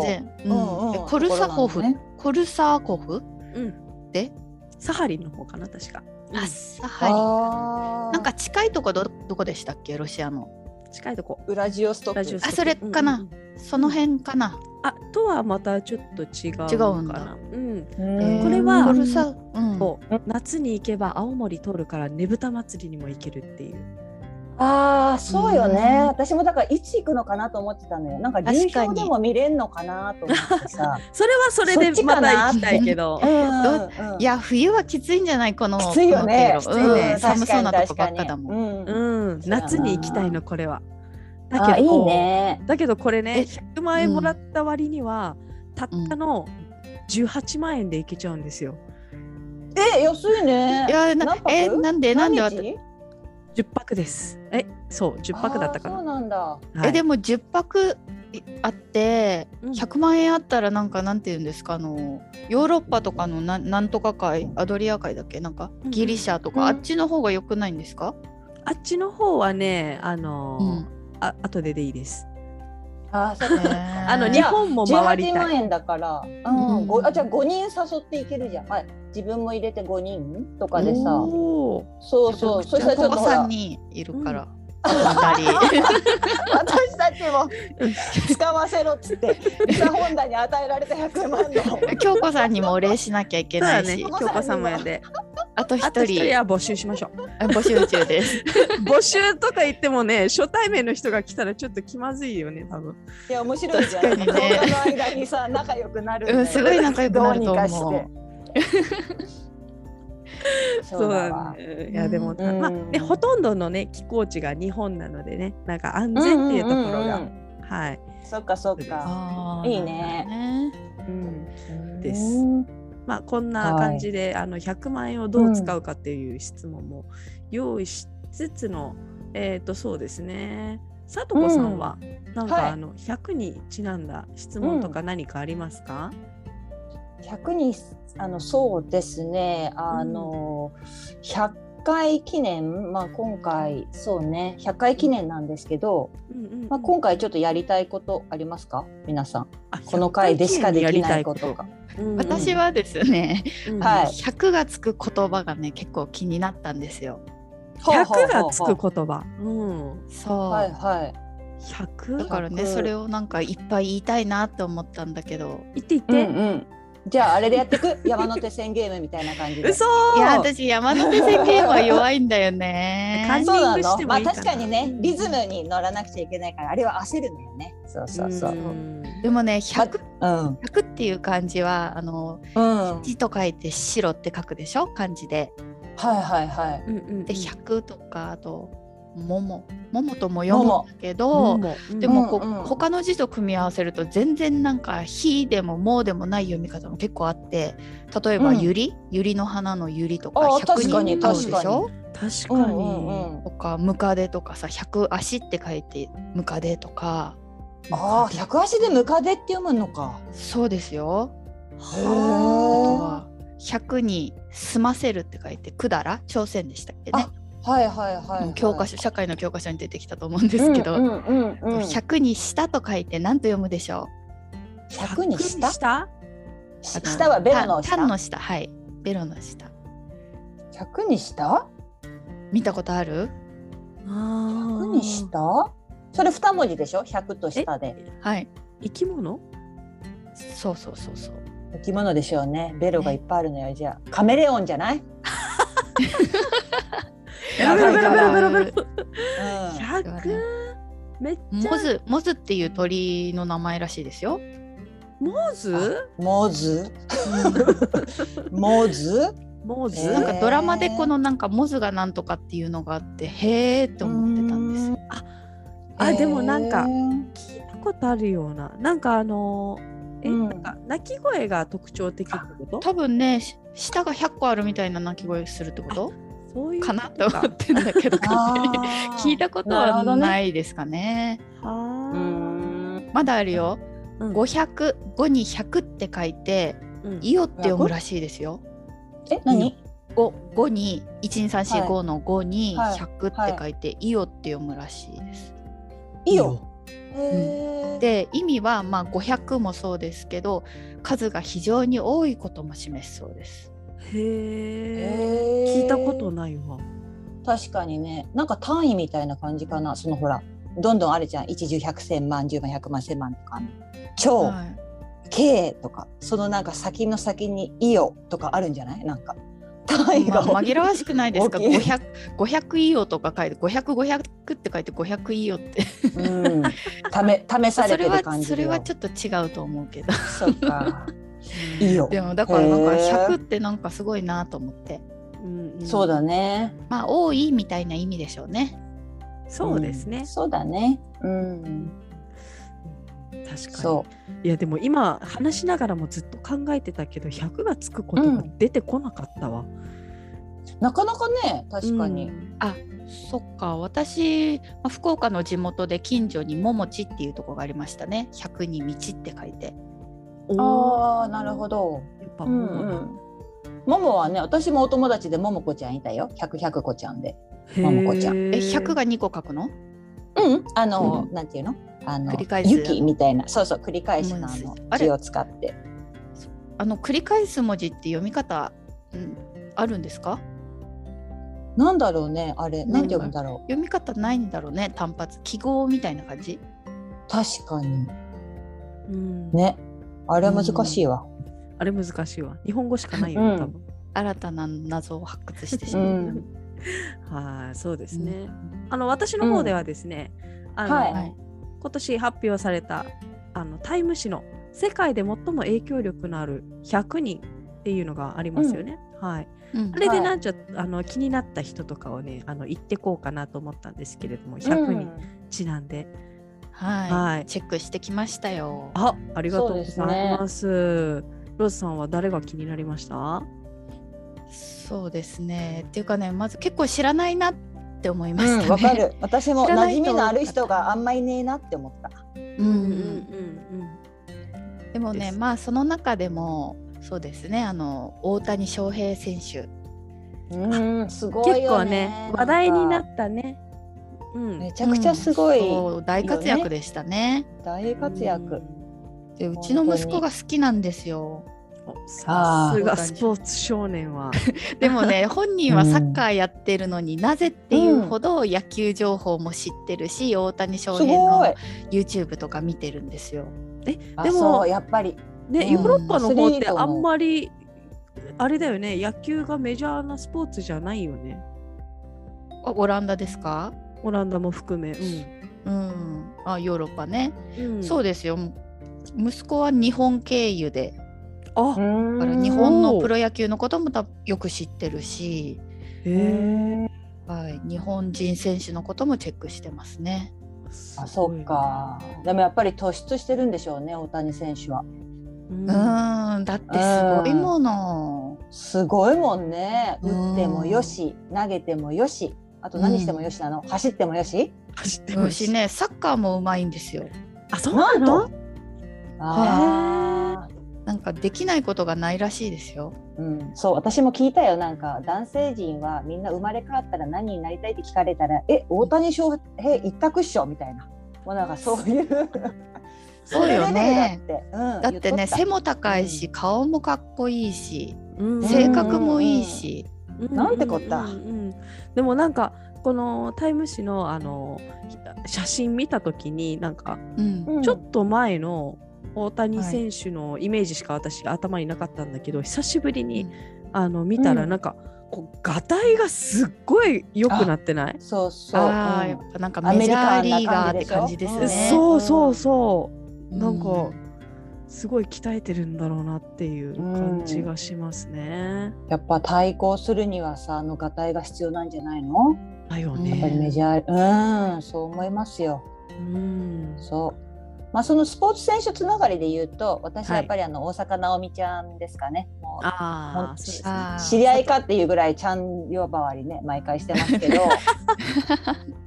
Speaker 2: うん
Speaker 3: んうん。
Speaker 2: コルサホフ、
Speaker 3: ところなのね
Speaker 2: コルサーコフ
Speaker 1: うん。
Speaker 2: で
Speaker 1: サハリンの方かな確か。
Speaker 2: あサハ
Speaker 3: あ
Speaker 2: リ
Speaker 3: あ。
Speaker 2: なんか。近いとこどどこでしたっけロシアの
Speaker 1: 近いとこ。
Speaker 3: ウラジオスト
Speaker 1: ラジオ
Speaker 3: ッ
Speaker 1: ストック
Speaker 2: あそれかな
Speaker 1: うんうんうん
Speaker 2: その辺かな、
Speaker 1: あとはまたちょっと違うの
Speaker 2: 違うん
Speaker 1: か
Speaker 2: だ
Speaker 1: な。うん。
Speaker 3: ク。
Speaker 1: これは
Speaker 2: コルサうん
Speaker 1: そう夏に行けば青森通るからねぶた祭りにも行けるっていう。
Speaker 3: ああ、そうよ
Speaker 2: うん
Speaker 3: ね。私もだからいつ行くのかなと思ってたのよ。なんか流
Speaker 2: 確かに
Speaker 3: 氷でも見れんのかなと思ってさ。
Speaker 1: それはそれで
Speaker 3: そっち
Speaker 1: ま
Speaker 3: かな
Speaker 1: た行きたいけど
Speaker 3: う。んうんうん
Speaker 2: いや冬はきついんじゃないこの
Speaker 3: きついよね。
Speaker 2: この
Speaker 1: い
Speaker 2: 経路
Speaker 1: ね
Speaker 2: うん寒そうなとこばっかだも
Speaker 3: も
Speaker 2: ん、
Speaker 3: ん。
Speaker 1: うん。夏に行きたいのこれは。だ
Speaker 3: あ、
Speaker 1: け
Speaker 3: い
Speaker 1: ど
Speaker 3: いね。
Speaker 1: だけどこれね
Speaker 2: え
Speaker 1: 100万円もらった割には、たったの18万円で行けちゃうんですよ。
Speaker 3: え、安いね。
Speaker 2: いやな
Speaker 3: 何泊
Speaker 2: えなんでなん
Speaker 3: 何
Speaker 2: でわ
Speaker 3: 日
Speaker 2: た
Speaker 1: 10泊です。えそう10泊だったか
Speaker 3: あーそ
Speaker 1: な
Speaker 3: う。なんだ。
Speaker 1: はい
Speaker 2: えでも10泊いあって
Speaker 1: うん
Speaker 2: 100万円あったらなんかなんて言うんですかあのヨーロッパとかのななんとか海アドリア海だっけなんか
Speaker 1: うん
Speaker 2: ギリシャとか、
Speaker 3: うん
Speaker 2: あっちの方が良くないんですか、
Speaker 1: あっちの方はね、あのー
Speaker 2: うん
Speaker 1: あ後ででいいです。
Speaker 3: あー、そう かそうか。
Speaker 1: あの
Speaker 2: へー
Speaker 1: 日本も
Speaker 3: 十
Speaker 1: 回り
Speaker 3: 八
Speaker 1: た
Speaker 3: 万
Speaker 1: い。
Speaker 3: 円だから、う
Speaker 2: うん
Speaker 3: ん、ごあじゃあ五人誘っていけるじゃん。まあ自分も入れて五人とかでさ、
Speaker 1: おー
Speaker 3: そうそう。そ
Speaker 2: じ
Speaker 3: し
Speaker 2: ゃ
Speaker 3: たらちょ
Speaker 2: あこ
Speaker 3: っと
Speaker 2: こ
Speaker 3: ほ
Speaker 2: さ
Speaker 3: ら
Speaker 2: ん、にいるから、
Speaker 3: 私たちも使わせろっつって、北本田に与えられた百万の。
Speaker 2: 2人京子さんにもお礼しなきゃいけ
Speaker 1: そう
Speaker 2: な
Speaker 1: だね、
Speaker 2: いし、
Speaker 1: 京
Speaker 3: ここ
Speaker 1: 子さんもやで。
Speaker 2: あと
Speaker 1: あと
Speaker 2: 1
Speaker 1: 一人
Speaker 2: 人
Speaker 1: は募集しましょう。
Speaker 2: あ募集中です
Speaker 1: 募集とか言ってもね、初対面の人が来たらちょっと気まずいよね、多分。
Speaker 3: いや面白いじゃん。
Speaker 2: 確かにね
Speaker 3: 動画の間にさ仲良くなるんだよ。
Speaker 2: うんすごい仲良くなると
Speaker 3: どうにかし
Speaker 2: 思う
Speaker 3: て。そうだわ。
Speaker 1: ね。いやでも、
Speaker 3: うん
Speaker 1: まあねほとんどのね寄港地が日本なのでね、なんか安全っていうところ
Speaker 3: んん
Speaker 1: が
Speaker 3: ん
Speaker 1: はい。
Speaker 3: うん。そっかそっか。
Speaker 2: あー
Speaker 3: いいね
Speaker 2: なんか
Speaker 1: うんです
Speaker 3: うん。
Speaker 1: まあ、こんな感じで、あの100万円をどう使うかっていう質問も用意しつつの、えっ、とそうですねさとこさんは、なんか、
Speaker 3: はい
Speaker 1: あの100にちなんだ質問とか何かありますか、
Speaker 3: 100にあのそうですねあの、100回記念、まあ、今回そうね100回記念なんですけど、
Speaker 1: うんうんうん
Speaker 3: まあ、今回ちょっとやりたいことありますか皆さん
Speaker 1: あ
Speaker 3: この回でしかできないこと
Speaker 1: か
Speaker 3: が。
Speaker 2: 私はですね、
Speaker 3: はい
Speaker 2: 100がつく言葉がね結構気になったんですよ。
Speaker 1: 100がつ
Speaker 3: ほう
Speaker 1: く
Speaker 3: ほ
Speaker 1: 言葉、うん、
Speaker 2: そう、
Speaker 3: うほうはいはい
Speaker 1: 100
Speaker 2: だからね
Speaker 3: 100
Speaker 2: それをなんかいっぱい言いたいなって思ったんだけど
Speaker 1: 言って言っ
Speaker 3: うん
Speaker 1: て、
Speaker 3: うんじゃああれでやってく山手線ゲームみたいな感じで。
Speaker 1: 嘘
Speaker 2: いや私山手線ゲームは弱いんだよね
Speaker 1: 感。
Speaker 3: そうな
Speaker 1: ランニングしても
Speaker 3: の
Speaker 1: い
Speaker 3: まあ
Speaker 1: いかな
Speaker 3: 確かにねリズムに乗らなくちゃいけないからあれは焦るんだよねそうそうそううん
Speaker 1: ん
Speaker 2: でもね 100,
Speaker 3: うん
Speaker 2: 100っていう漢字はあの
Speaker 3: はい
Speaker 2: 字と書いて白って書くでしょ漢字で。
Speaker 3: はいはい
Speaker 1: うんうんうん
Speaker 2: で100とかあと桃ももとも読むんだけど、
Speaker 1: も
Speaker 2: でもこう、
Speaker 3: うんうん
Speaker 2: 他の字と組み合わせると全然なんか「ひ」でも「も」でもない読み方も結構あって例えば
Speaker 3: う
Speaker 2: 「
Speaker 3: ん
Speaker 2: ゆり」ゆりの花の「ゆり」とか
Speaker 3: あ
Speaker 2: 「
Speaker 3: ー
Speaker 2: 百
Speaker 3: 確か
Speaker 2: 人
Speaker 3: に
Speaker 2: 塔」でしょ
Speaker 1: 確
Speaker 3: うん
Speaker 1: かに、
Speaker 3: うんうん
Speaker 2: とか「ムカデ」とかさ「百足」って書いて「ムカデ」とか
Speaker 3: ああ百足でムカデって読むのか。
Speaker 2: そうですよ。
Speaker 3: へ
Speaker 2: あと
Speaker 3: ー
Speaker 2: は「百」に「済ませる」って書いて「くだら」朝鮮でしたっけね
Speaker 3: あ。はいはいはい、はい。
Speaker 2: 教科書社会の教科書に出てきたと思うんですけど「
Speaker 3: うんうんうんうん、
Speaker 2: 百」に「した」と書いて何と読むでしょう
Speaker 3: 百に
Speaker 1: し
Speaker 3: 下
Speaker 1: た。下
Speaker 2: あの
Speaker 3: 下はベロの
Speaker 2: タンタン
Speaker 3: 下。
Speaker 2: の下はいベロの下
Speaker 3: 百に下？
Speaker 2: 見たことある
Speaker 1: あー
Speaker 3: 百に下？それ二文字でしょ？百と下で。
Speaker 2: はい
Speaker 1: 生き物
Speaker 2: そうそうそうそう
Speaker 3: 生き物でしょうね。ベロがいっぱいあるのよ。じゃあカメレオンじゃない？
Speaker 1: ベロベロベロベロベロベロ
Speaker 3: う
Speaker 1: 百めっちゃ
Speaker 2: モズモズっていう鳥の名前らしいで すよ、
Speaker 1: モズ
Speaker 3: ん。モズ？モズ？
Speaker 1: モズ、
Speaker 3: へー
Speaker 2: なんかドラマでこのなんかモズがなんとかっていうのがあってへーって思ってたんですよ
Speaker 1: あでもなんか
Speaker 3: へー
Speaker 1: 聞いたことあるようななんかあのえ、
Speaker 3: うん
Speaker 1: なんか鳴き声が特徴的ってこと
Speaker 2: 多分ねし舌が100個あるみたいな鳴き声するってこと
Speaker 1: そういう
Speaker 2: かなって
Speaker 1: こと
Speaker 2: 思ってんだけど
Speaker 3: あ
Speaker 2: 勝手に
Speaker 3: ー
Speaker 2: 聞いたこと
Speaker 3: なるほ
Speaker 2: は
Speaker 3: どね
Speaker 2: ないですかね
Speaker 3: うー
Speaker 1: は
Speaker 3: ん
Speaker 2: まだあるよ
Speaker 1: あ、うん
Speaker 2: 500 5に100って書いて
Speaker 1: うん
Speaker 2: イオって読むらしいですよ
Speaker 3: え何？
Speaker 2: 五五に一二三四五の五に
Speaker 3: はい
Speaker 2: 百って書いて、イオって読むらしいです。
Speaker 3: イオ。へー、
Speaker 2: で意味はまあ五百もそうですけど数が非常に多いことも示すそうです。
Speaker 1: へえ
Speaker 3: 聞
Speaker 1: 聞いたことないわ
Speaker 3: 確かにねなんか単位みたいな感じかなそのほらどんどんあるじゃん一十百千万十万百万千万とか超
Speaker 2: はい
Speaker 3: 経とかそのなんか先の先にイオとかあるんじゃないなんか単位
Speaker 2: ま
Speaker 3: が
Speaker 2: あ、紛らわしくないですか
Speaker 3: 大きい
Speaker 2: 五百五百イオとか書いて五百五百って書いて五百イオ って
Speaker 3: うんため試され
Speaker 2: それ
Speaker 3: てる感
Speaker 2: は
Speaker 3: じ
Speaker 2: それはち
Speaker 3: ょ
Speaker 2: ょっと違うと思うけど
Speaker 3: っとそうかイオ
Speaker 2: でもだからなんか
Speaker 3: へー
Speaker 2: 百ってなんかすごいなと思って
Speaker 1: うんん
Speaker 3: そうだね
Speaker 2: まあ多いみたいな意味でしょうね。
Speaker 1: そうです
Speaker 3: ん
Speaker 1: ね、
Speaker 3: そうだねうん
Speaker 1: うん確かに
Speaker 3: そ
Speaker 1: いやでも今話しながらもずっと考えてたけど100がつくことが出てこなかったわ。
Speaker 3: うなかなかね確かに、
Speaker 1: うん
Speaker 2: そっか私、まあ福岡の地元で近所に「ももち」っていうとこがありましたね「百に道」って書いて
Speaker 1: おー
Speaker 3: ああなるほど
Speaker 1: やっぱ
Speaker 3: うん
Speaker 1: もう
Speaker 3: う
Speaker 1: なん
Speaker 3: ももはね私もお友達でももこちゃんいたよ百百子ちゃんで
Speaker 1: へー
Speaker 3: ももこちゃん
Speaker 2: え100が2個書くの
Speaker 3: うん、あの、なんていうの、あの、
Speaker 2: 繰り返す
Speaker 3: 雪みたいな、そうそう、繰り返しのあ
Speaker 2: 思
Speaker 3: の
Speaker 2: い出すあれ
Speaker 3: 字を使って。
Speaker 2: あの繰り返す文字って読み方、うん、あるんですか
Speaker 3: なんだろうね、あれ、なんて読むんだろ
Speaker 2: 読み方ないんだろうね単発記号みたいな感じ
Speaker 3: う。確かに、
Speaker 1: うん
Speaker 3: ね、あれは難しいわ。
Speaker 1: あれ難しいわ。日本語しかないよ、
Speaker 3: うん
Speaker 1: 多分。
Speaker 2: 新たな謎を発掘してし
Speaker 3: う
Speaker 2: まう、
Speaker 3: ん、
Speaker 1: はい、そうですね。あの私の方ではですね、あの
Speaker 3: はい
Speaker 2: はい
Speaker 1: 今年発表されたあのタイム誌の世界で最も影響力のある100人っていうのがありますよね。はい。
Speaker 2: うん
Speaker 1: あれ
Speaker 3: は
Speaker 1: で
Speaker 3: い
Speaker 1: なんちょっと、あの気になった人とかをねあの言ってこうかなと思ったんですけれども100にちなんで、
Speaker 2: はい
Speaker 1: はい
Speaker 2: チェックしてきましたよ
Speaker 1: あありがとうございますローズさんは誰が気になりました
Speaker 2: そうですねっていうかねまず結構知らないなって思いま
Speaker 3: う
Speaker 2: し
Speaker 3: ん
Speaker 2: たね、
Speaker 3: うん、わかる。私も
Speaker 2: 知ら
Speaker 3: 馴
Speaker 2: ない
Speaker 3: 染
Speaker 2: 人
Speaker 3: みのある人があんまいねえなって思った。
Speaker 2: うん
Speaker 1: う
Speaker 2: うん
Speaker 1: うん
Speaker 2: でもね
Speaker 1: です
Speaker 2: まあその中でもそうですねあの大谷翔平選手
Speaker 3: うん、すごい
Speaker 1: 結
Speaker 3: よ
Speaker 1: 構
Speaker 3: ね。
Speaker 1: ね話題にな
Speaker 3: っ
Speaker 1: ったね。うん、
Speaker 3: めちゃくちゃすごい、
Speaker 2: そう大活躍でしたね
Speaker 3: 大活躍。
Speaker 2: でうちの息子が好きなんですよ
Speaker 1: おさす
Speaker 2: あ
Speaker 1: が
Speaker 2: ー
Speaker 1: スポーツ少年は。
Speaker 2: でもね本人はサッカーやってるのになぜっていうほど野球情報も知ってるし大谷翔
Speaker 3: す
Speaker 2: 平
Speaker 3: ごい
Speaker 2: の。YouTube とか見てるんですよ
Speaker 3: あ
Speaker 1: でも
Speaker 3: そうやっぱり。
Speaker 1: ね、
Speaker 2: うん
Speaker 1: ヨーロッパの方っ
Speaker 3: スリ
Speaker 1: て
Speaker 3: ートも
Speaker 1: あんまりあれだよね野球がメジャーなスポーツじゃないよね
Speaker 2: あオランダですか
Speaker 1: オランダも含め。う
Speaker 2: うんあヨーロッパね、
Speaker 1: んうん、
Speaker 2: そうですよ息子は日本経由で
Speaker 1: あ
Speaker 2: だ
Speaker 3: う
Speaker 2: から
Speaker 3: ん
Speaker 2: 日本のプロ野球のこともたよく知ってるし
Speaker 1: へえ
Speaker 2: はい、日本人選手のこともチェックしてますね。
Speaker 3: あそっ。かでもやっぱり突出してるんでしょうね大谷選手は
Speaker 2: うーん、だってすごいもの。
Speaker 3: すごいもんね
Speaker 2: うん
Speaker 3: 打ってもよし投げてもよしあと何してもよしなの、走ってもよし
Speaker 1: 走って
Speaker 2: う
Speaker 1: ま
Speaker 2: し
Speaker 1: す。
Speaker 2: ね、サッカーもうまいんですよ。
Speaker 1: あ、そうなの。
Speaker 3: あー
Speaker 2: なんかできないことがないらしいですよ。
Speaker 3: うん、そう私も聞いたよなんか男性陣はみんな生まれ変わったら何になりたいって聞かれたらえ大谷翔平一択っしょみたいなもうなんかそういう
Speaker 2: そうよね。
Speaker 3: そういうレベルだって、うん、
Speaker 2: だって
Speaker 3: 言
Speaker 2: ね
Speaker 3: っとった
Speaker 2: 背も高いし顔もかっこいいし
Speaker 1: うん
Speaker 2: 性格もいいし、
Speaker 3: なんてこった
Speaker 1: うんうんうんでもなんかこの「タイム」誌のあのひ写真見た時になんか
Speaker 2: うん
Speaker 3: うん
Speaker 1: ちょっと前の大谷選手のイメージしか私頭になかったんだけど、久しぶりに、
Speaker 2: うん
Speaker 1: あの見たら
Speaker 3: うん
Speaker 1: なんか、こうガタイがすっごい良くなってない
Speaker 3: そうそう
Speaker 2: あー
Speaker 3: うん
Speaker 2: やっぱなんかメジャーリーガーって感じです
Speaker 3: あ
Speaker 2: よ
Speaker 3: ー
Speaker 2: ね。
Speaker 1: そうそうそう、
Speaker 2: うん
Speaker 1: なんかすごい鍛えてるんだろうなっていう感じがしますね。
Speaker 3: やっぱ対抗するにはさあのがたいが必要なんじゃないの
Speaker 1: だよ
Speaker 3: やっぱり
Speaker 1: ね。
Speaker 3: メジャーうんそう思いますよ
Speaker 1: うん
Speaker 3: そうまあそのスポーツ選手つながりで言うと私
Speaker 1: はい
Speaker 3: はやっぱりあの大坂なおみちゃんですかね、もう
Speaker 1: あ
Speaker 3: ほん
Speaker 1: あ、そうですね
Speaker 2: あー
Speaker 3: 知り合いかっていうぐらいちゃん呼ばわりね毎回してますけ ど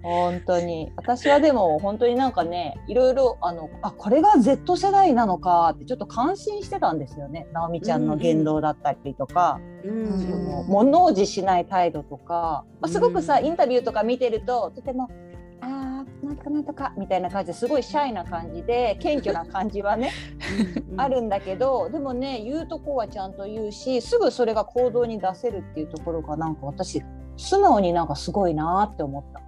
Speaker 3: 本当に私はでも本当になんかねいろいろあのあこれが Z 世代なのかってちょっと感心してたんですよね直美ちゃんの言動だったりとか、
Speaker 1: うん
Speaker 2: うん
Speaker 3: その物おじしない態度とか、まあ、すごくさ、
Speaker 1: うん
Speaker 3: インタビューとか見てるととても「あーなんとかなんとか」みたいな感じですごいシャイな感じで謙虚な感じはね
Speaker 1: うん
Speaker 3: あるんだけどでもね言うとこはちゃんと言うしすぐそれが行動に出せるっていうところがなんか私素直になんかすごいなーって思った。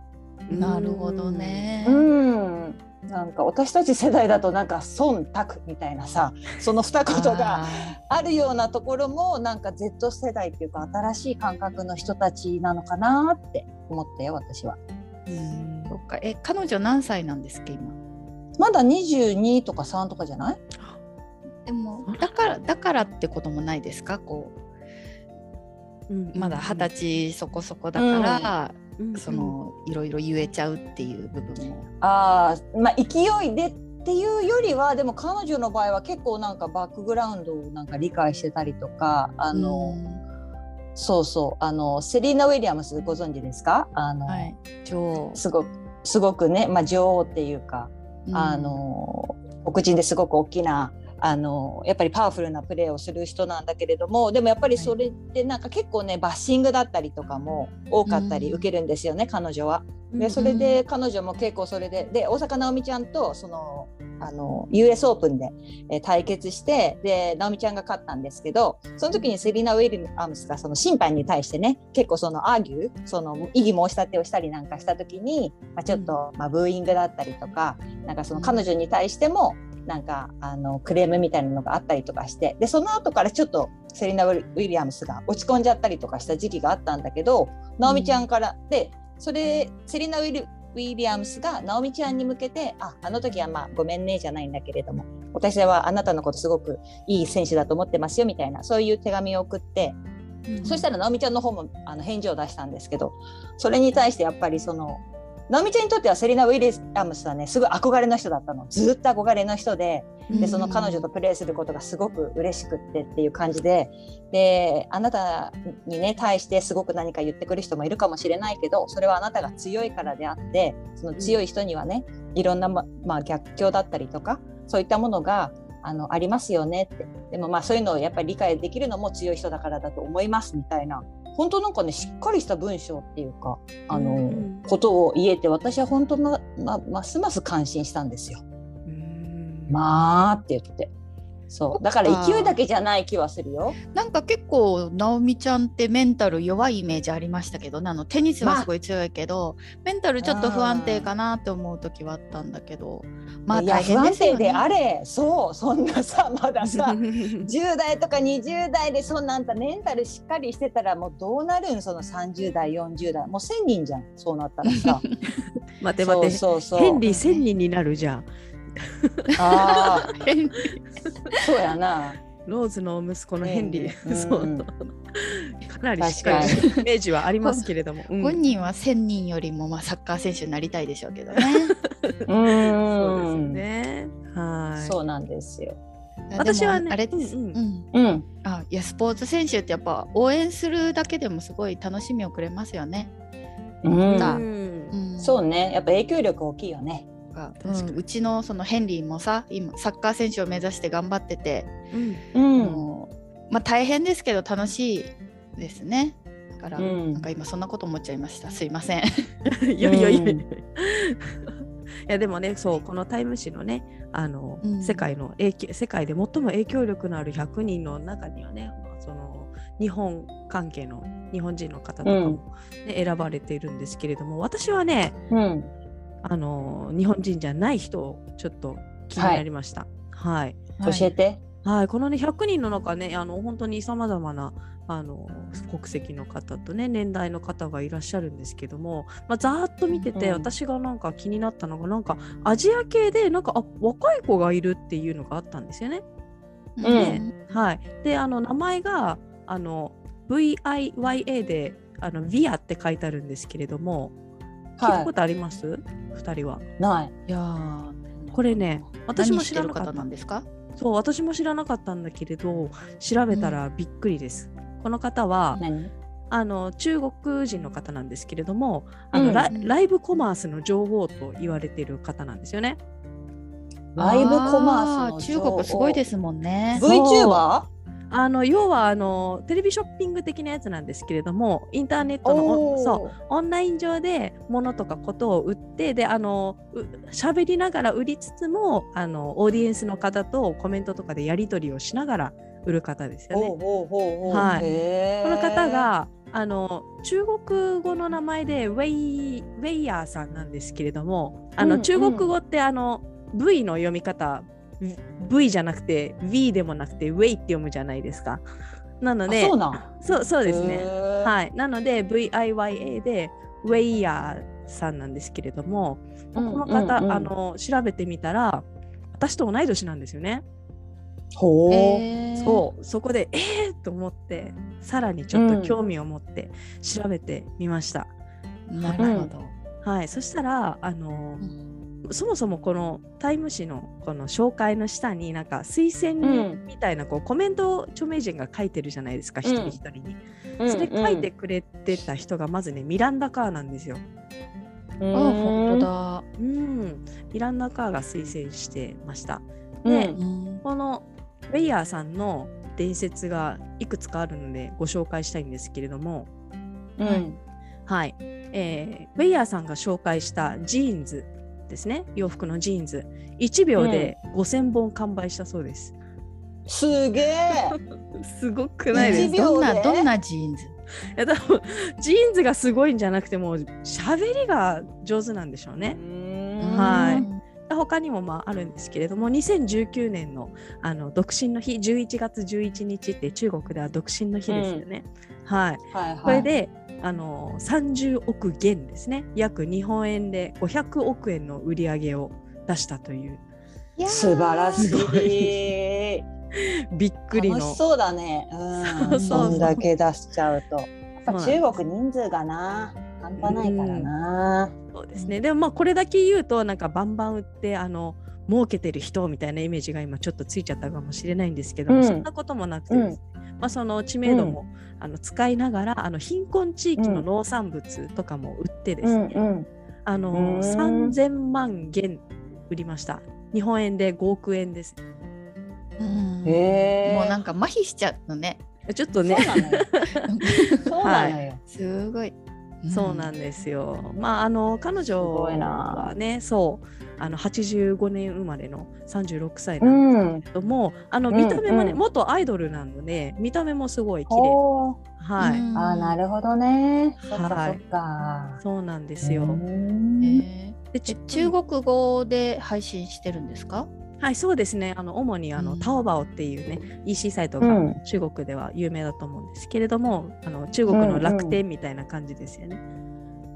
Speaker 2: なるほど。ね。
Speaker 3: うんなんか私たち世代だとなんか忖度みたいなさその二言が
Speaker 2: あ
Speaker 3: あるようなところもなんか Z 世代っていうか新しい感覚の人たちなのかなって思ったよ私は
Speaker 2: ー。うんそっか。え彼女何歳なんですか今。
Speaker 3: まだ22とか3とかじゃない
Speaker 2: でもだからだからってこともないですかこ
Speaker 1: うん
Speaker 2: うまだ二十歳そこそこだから、そ、のいろいろ言えちゃうっていう部分も。
Speaker 3: あーまあ勢いでっていうよりはでも彼女の場合は結構なんかバックグラウンドをなんか理解してたりとかあの、そうそうあのセリーナ・ウィリアムスご存知ですかあの、
Speaker 2: うんはい、女王、
Speaker 3: すごくすごくね、まあ、女王っていうか
Speaker 2: うん
Speaker 3: あの黒人ですごく大きなあのやっぱりパワフルなプレーをする人なんだけれどもでもやっぱりそれってなんか結構ねバッシングだったりとかも多かったり
Speaker 2: うん
Speaker 3: 受けるんですよね、彼女は。
Speaker 1: うん
Speaker 3: でそれで彼女も結構それでで大坂なおみちゃんとそのあの US オープンで、えー対決してで直美ちゃんが勝ったんですけどその時にセリーナ・ウィリアムスがその審判に対してね結構そのアーギューその異議申し立てをしたりなんかした時に、まあ、ちょっと、まあ、ブーイングだったりとかなんかその彼女に対してもなんかあのクレームみたいなのがあったりとかしてでその後からちょっとセリーナ・ウィリアムスが落ち込んじゃったりとかした時期があったんだけど直美ちゃんから、でそれセリーナ・ウィリウィリアムスが直美ちゃんに向けて「ああの時はまあごめんね」じゃないんだけれども私はあなたのことすごくいい選手だと思ってますよみたいなそういう手紙を送ってそしたら直美ちゃんの方もあの返事を出したんですけどそれに対してやっぱりその直美ちゃんにとってはセリナ・ウィリアムスはねすごい憧れの人だったのずっと憧れの人ででその彼女とプレーすることがすごく嬉しくってっていう感じでであなたにね対してすごく何か言ってくる人もいるかもしれないけどそれはあなたが強いからであってその強い人にはねいろんな、ままあ、逆境だったりとかそういったものがあのありますよねってでもまあそういうのをやっぱり理解できるのも強い人だからだと思いますみたいな本当なんかねしっかりした文章っていうかあの、
Speaker 1: うんうん
Speaker 3: ことを言えて私は本当ままますます感心したんですよ。
Speaker 1: うん
Speaker 3: まあって言って。そうだから勢いだけじゃない気はするよ。
Speaker 2: なんか結構直美ちゃんってメンタル弱いイメージありましたけどねあのテニスはすごい強いけど、メンタルちょっと不安定かなって思う時はあったんだけどまあ
Speaker 3: いや
Speaker 2: 大変です
Speaker 3: 不
Speaker 2: よね
Speaker 3: 安定であれそうそんなさ まださ 10代とか20代でそんなあんたメンタルしっかりしてたらもうどうなるんその30代40代もう1,000人じゃんそうなったらさ。
Speaker 1: 待て待て
Speaker 3: そうそう
Speaker 1: ヘ
Speaker 3: そ
Speaker 1: ン
Speaker 3: う
Speaker 1: リー千人になるじゃん。
Speaker 3: あ あそうやな。
Speaker 1: ローズの息子のヘンリー。
Speaker 3: うん
Speaker 1: そう
Speaker 3: うん
Speaker 1: かなりしっかりしたイメージはありますけれども、うん
Speaker 2: 本人は1000人よりもまあサッカー選手になりたいでしょうけどね。
Speaker 1: そうですよ
Speaker 3: ん
Speaker 1: ね。はい。
Speaker 3: そうなんですよ。
Speaker 1: 私はね
Speaker 2: でもあれです。
Speaker 1: う
Speaker 2: うん
Speaker 1: うん
Speaker 3: う
Speaker 2: ん
Speaker 3: ん、
Speaker 2: あいやスポーツ選手ってやっぱ応援するだけでもすごい楽しみをくれますよね。
Speaker 3: うん
Speaker 2: だ
Speaker 1: ん
Speaker 2: うん
Speaker 3: そうね、やっぱ影響力大きいよね。
Speaker 2: か
Speaker 1: 確かに
Speaker 2: うんうちのそのヘンリーもさ今サッカー選手を目指して頑張ってて、
Speaker 1: うん
Speaker 3: う
Speaker 2: あ
Speaker 3: ん、
Speaker 2: のまあ、大変ですけど楽しいですねだから、
Speaker 3: うん
Speaker 2: なんか今そんなこと思っちゃいましたすいません
Speaker 1: いやいやいやいや。
Speaker 3: うん
Speaker 1: いやでもね、そうこのタイム誌のね、あの、
Speaker 2: うん
Speaker 1: 世界の影響世界で最も影響力のある100人の中にはね、まあその日本関係の日本人の方とかも、ね選ばれているんですけれども、私はね、
Speaker 3: うん、
Speaker 1: あの日本人じゃない人をちょっと気になりました。はい。
Speaker 3: 教えて。
Speaker 1: はい、このね100人の中ねあの本当にさまざまなあの国籍の方とね年代の方がいらっしゃるんですけども、まあ、ざーっと見てて、
Speaker 3: うん
Speaker 1: 私がなんか気になったのがなんかアジア系でなんかあ若い子がいるっていうのがあったんですよね。
Speaker 2: うん
Speaker 3: うん
Speaker 1: はい、であの名前があの VIYA であの VIA って書いてあるんですけれども聞いた
Speaker 3: は、
Speaker 1: ことあります、二人はい
Speaker 3: ない。
Speaker 2: いやー
Speaker 1: これね私
Speaker 2: 私
Speaker 1: も
Speaker 2: も
Speaker 1: 知
Speaker 2: 知
Speaker 1: らな
Speaker 2: らな
Speaker 1: か
Speaker 2: か
Speaker 1: っ
Speaker 2: ったたなんですか
Speaker 1: そう私も知らなかったんだけれど調べたらびっくりです。この方は
Speaker 3: 何？
Speaker 1: あの中国人の方なんですけれどもあの、
Speaker 3: うん
Speaker 1: ラライブコマースの女王と言われている方なんですよね。
Speaker 3: ライブコマースの
Speaker 2: あ
Speaker 3: 女王
Speaker 2: 中国すごいですもんね
Speaker 3: V チューバ
Speaker 1: あの要はあのテレビショッピング的なやつなんですけれどもインターネッ
Speaker 3: ー？
Speaker 1: トのおそうオンライン上で物とかことを売ってであのう喋りながら売りつつもあのオーディエンスの方とコメントとかでやり取りをしながら売る方ですよね。
Speaker 3: おうおうおうおう。
Speaker 1: はい
Speaker 3: い
Speaker 1: この方。があの中国語の名前でウェイウェイヤーさんなんですけれどもあの、
Speaker 3: うん
Speaker 1: 中国語ってあの V の読み方 V じゃなくて V でもなくてウェイって読むじゃないですか。なの
Speaker 3: あ
Speaker 1: で
Speaker 3: そうなん。
Speaker 1: そうそうですね。
Speaker 3: は
Speaker 1: はい、なので VIYA でウェイヤーさんなんですけれども、
Speaker 3: うんうんうん
Speaker 1: この方、あの調べてみたら私と同い年なんですよね。
Speaker 3: い。ほう。
Speaker 2: えー
Speaker 1: そうそこでええー、と思ってさらにちょっと興味を持って調べてみました、
Speaker 2: なるほど、
Speaker 1: はいそしたらあのそもそもこの「タイム」誌のこの紹介の下になんか推薦みたいなこうコメントを著名人が書いてるじゃないですか、一人一人に、それ書いてくれてた人がまずねミランダ・カーなんですよ、
Speaker 3: うん。
Speaker 2: あ本当だ
Speaker 1: うん、ミランダ・カーが推薦してました
Speaker 3: うん。
Speaker 1: ね
Speaker 2: うん
Speaker 1: このウェイヤーさんの伝説がいくつかあるのでご紹介したいんですけれども、
Speaker 3: うん。
Speaker 1: はいえーウェイヤーさんが紹介したジーンズですね洋服のジーンズ1秒で5000本完売したそうです、
Speaker 3: すげえ。
Speaker 1: すごく
Speaker 3: な
Speaker 1: ないいで
Speaker 3: で
Speaker 1: すす
Speaker 3: か
Speaker 2: ど
Speaker 3: 一秒
Speaker 2: ん
Speaker 3: で
Speaker 2: などんなジーンズ
Speaker 1: いや多分ジーンズがすごいんじゃなくてもう喋りが上手なんでしょうね
Speaker 3: う、ーん
Speaker 1: はい
Speaker 2: うん
Speaker 1: 他にもまああるんですけれども2019年のあの独身の日11月11日って中国では独身の日ですよね、はい
Speaker 3: はいはい。
Speaker 1: これで、あの30億元ですね約日本円で500億円の売り上げを出したという
Speaker 3: 素晴らし
Speaker 1: すご
Speaker 3: い。
Speaker 1: びっくり
Speaker 3: 楽
Speaker 1: の
Speaker 3: しそうだね。う
Speaker 1: そう
Speaker 3: ん。
Speaker 1: そう
Speaker 3: こんだけ出しちゃうと。やっぱ
Speaker 1: そうなんで
Speaker 3: 中国人数がな、半端ないからな。
Speaker 1: そうですねでもまあこれだけ言うとなんかバンバン売ってあの儲けてる人みたいなイメージが今ちょっとついちゃったかもしれないんですけども、
Speaker 3: うん
Speaker 1: そんなこともなくてですね、まあ、その知名度も、あの使いながらあの貧困地域の農産物とかも売ってですね、
Speaker 3: ん。
Speaker 1: あ
Speaker 3: う
Speaker 1: の
Speaker 3: ーん
Speaker 1: 3000万元売りました日本円で5億円です
Speaker 2: うん
Speaker 3: へえ。
Speaker 2: もうなん
Speaker 3: か。
Speaker 2: か麻痺しちゃうのね。
Speaker 1: ちょっと
Speaker 3: そう
Speaker 1: ね
Speaker 3: なのよ。そうなのよ。
Speaker 2: すごい。
Speaker 1: そうなん
Speaker 2: だ。
Speaker 1: ですよ。まああの彼女
Speaker 3: すごいな
Speaker 1: はね、そうあの85年生まれの36歳
Speaker 3: う
Speaker 1: なんです
Speaker 3: ん。
Speaker 1: けども、あの
Speaker 3: うん
Speaker 1: 見た目もね、
Speaker 3: うん
Speaker 1: 元アイドルなので見た目もすごい綺麗。
Speaker 3: おお。
Speaker 1: はい、
Speaker 2: うん
Speaker 3: あー、なるほどね。そっか
Speaker 1: は
Speaker 3: そ
Speaker 1: い
Speaker 3: っか。
Speaker 1: そうなんですよ。
Speaker 3: うん
Speaker 2: へー
Speaker 1: で
Speaker 2: え
Speaker 1: ち
Speaker 2: 中国語で配信してるんですか？
Speaker 1: はいそうですね。あの主にあの、
Speaker 2: うん
Speaker 1: タオバオっていうね EC サイト
Speaker 3: う
Speaker 1: が
Speaker 3: ん。
Speaker 1: 中国では有名だと思うんですけれども、あの中国の楽天みたいな感じですよね。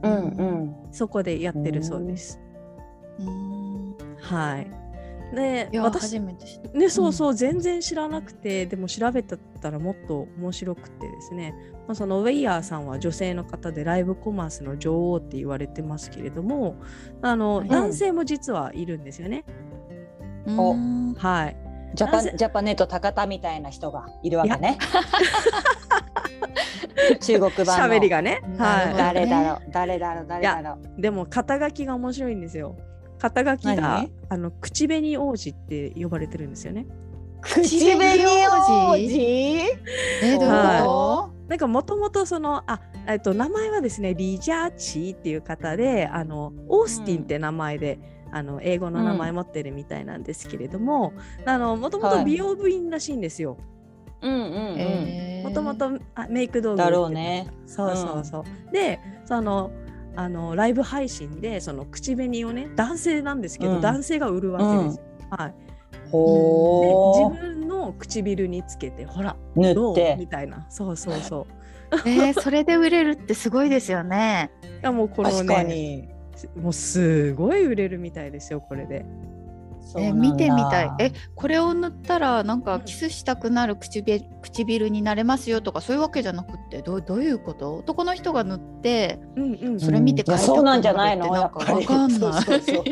Speaker 3: うんうん。
Speaker 1: そこでやってるそうです。
Speaker 2: うん。
Speaker 1: はい。で
Speaker 2: いや
Speaker 1: 私
Speaker 2: 初めて知った。
Speaker 1: ね、そうそう、全然知らなくて、でも調べたったらもっと面白くてですね、まあ、そのウェイヤーさんは女性の方でライブコマースの女王って言われてますけれどもあの、
Speaker 2: い
Speaker 1: 男性も実はいるんですよね。
Speaker 3: お
Speaker 2: うん
Speaker 1: はい、
Speaker 3: ジャパ
Speaker 1: なぜ
Speaker 3: ンジャパネット高田みたいな人がいるわけね。 中国版
Speaker 1: 喋り
Speaker 3: の
Speaker 1: がね。
Speaker 2: なる
Speaker 1: は
Speaker 2: ほど
Speaker 3: 誰だろう誰だろう誰だろう。
Speaker 1: い、でも肩書きが面白いんですよ。肩書きが
Speaker 3: 何
Speaker 1: あの口紅王子って呼ばれてるんですよね。
Speaker 3: 口
Speaker 2: 紅王子
Speaker 3: 子
Speaker 2: えどういうこ
Speaker 3: は
Speaker 1: なんかもともとそのあ、えっと、名前はですねリジャーチーっていう方であのオースティンって名前で、あの英語の名前持ってるみたいなんですけれどももとも
Speaker 3: は
Speaker 1: と
Speaker 3: い
Speaker 1: 美容部員らしいんですよ。
Speaker 3: うんうんう
Speaker 2: と
Speaker 3: ん。
Speaker 2: えー
Speaker 1: もともとあメイク道具
Speaker 3: だろうね。
Speaker 1: そうそうそう。でそのあのライブ配信でその口紅をね男性なんですけど、
Speaker 3: うん
Speaker 1: 男性が売るわけですよ。はい、で
Speaker 3: ほ
Speaker 1: 自分の唇につけてほら
Speaker 3: う塗
Speaker 1: ど
Speaker 3: っ
Speaker 1: う
Speaker 3: て
Speaker 1: みたいなそうそうそう。
Speaker 2: えーそれで売れるってすごいですよね。
Speaker 1: いやもうこの
Speaker 3: 確
Speaker 1: ね
Speaker 3: かに。
Speaker 1: もうすごい売れるみたいですよこれで。
Speaker 3: そう
Speaker 2: え
Speaker 3: な
Speaker 2: ー
Speaker 3: んだ
Speaker 2: 見てみたい。え、これを塗ったらなんかキスしたくなる唇唇になれますよとかそういうわけじゃなくってどうどういうこと？男の人が塗って
Speaker 1: うんうん、
Speaker 2: それ見て
Speaker 3: うんいや
Speaker 2: 買い
Speaker 3: そ
Speaker 2: た
Speaker 3: う
Speaker 2: くな
Speaker 3: な
Speaker 2: る
Speaker 3: ん
Speaker 2: っ
Speaker 3: じ
Speaker 2: て
Speaker 3: ゃないの
Speaker 2: な
Speaker 3: や
Speaker 2: ん
Speaker 3: っ
Speaker 2: か
Speaker 3: ぱ
Speaker 2: わ
Speaker 3: り
Speaker 2: か ん
Speaker 3: そう
Speaker 2: ない
Speaker 3: そう そう。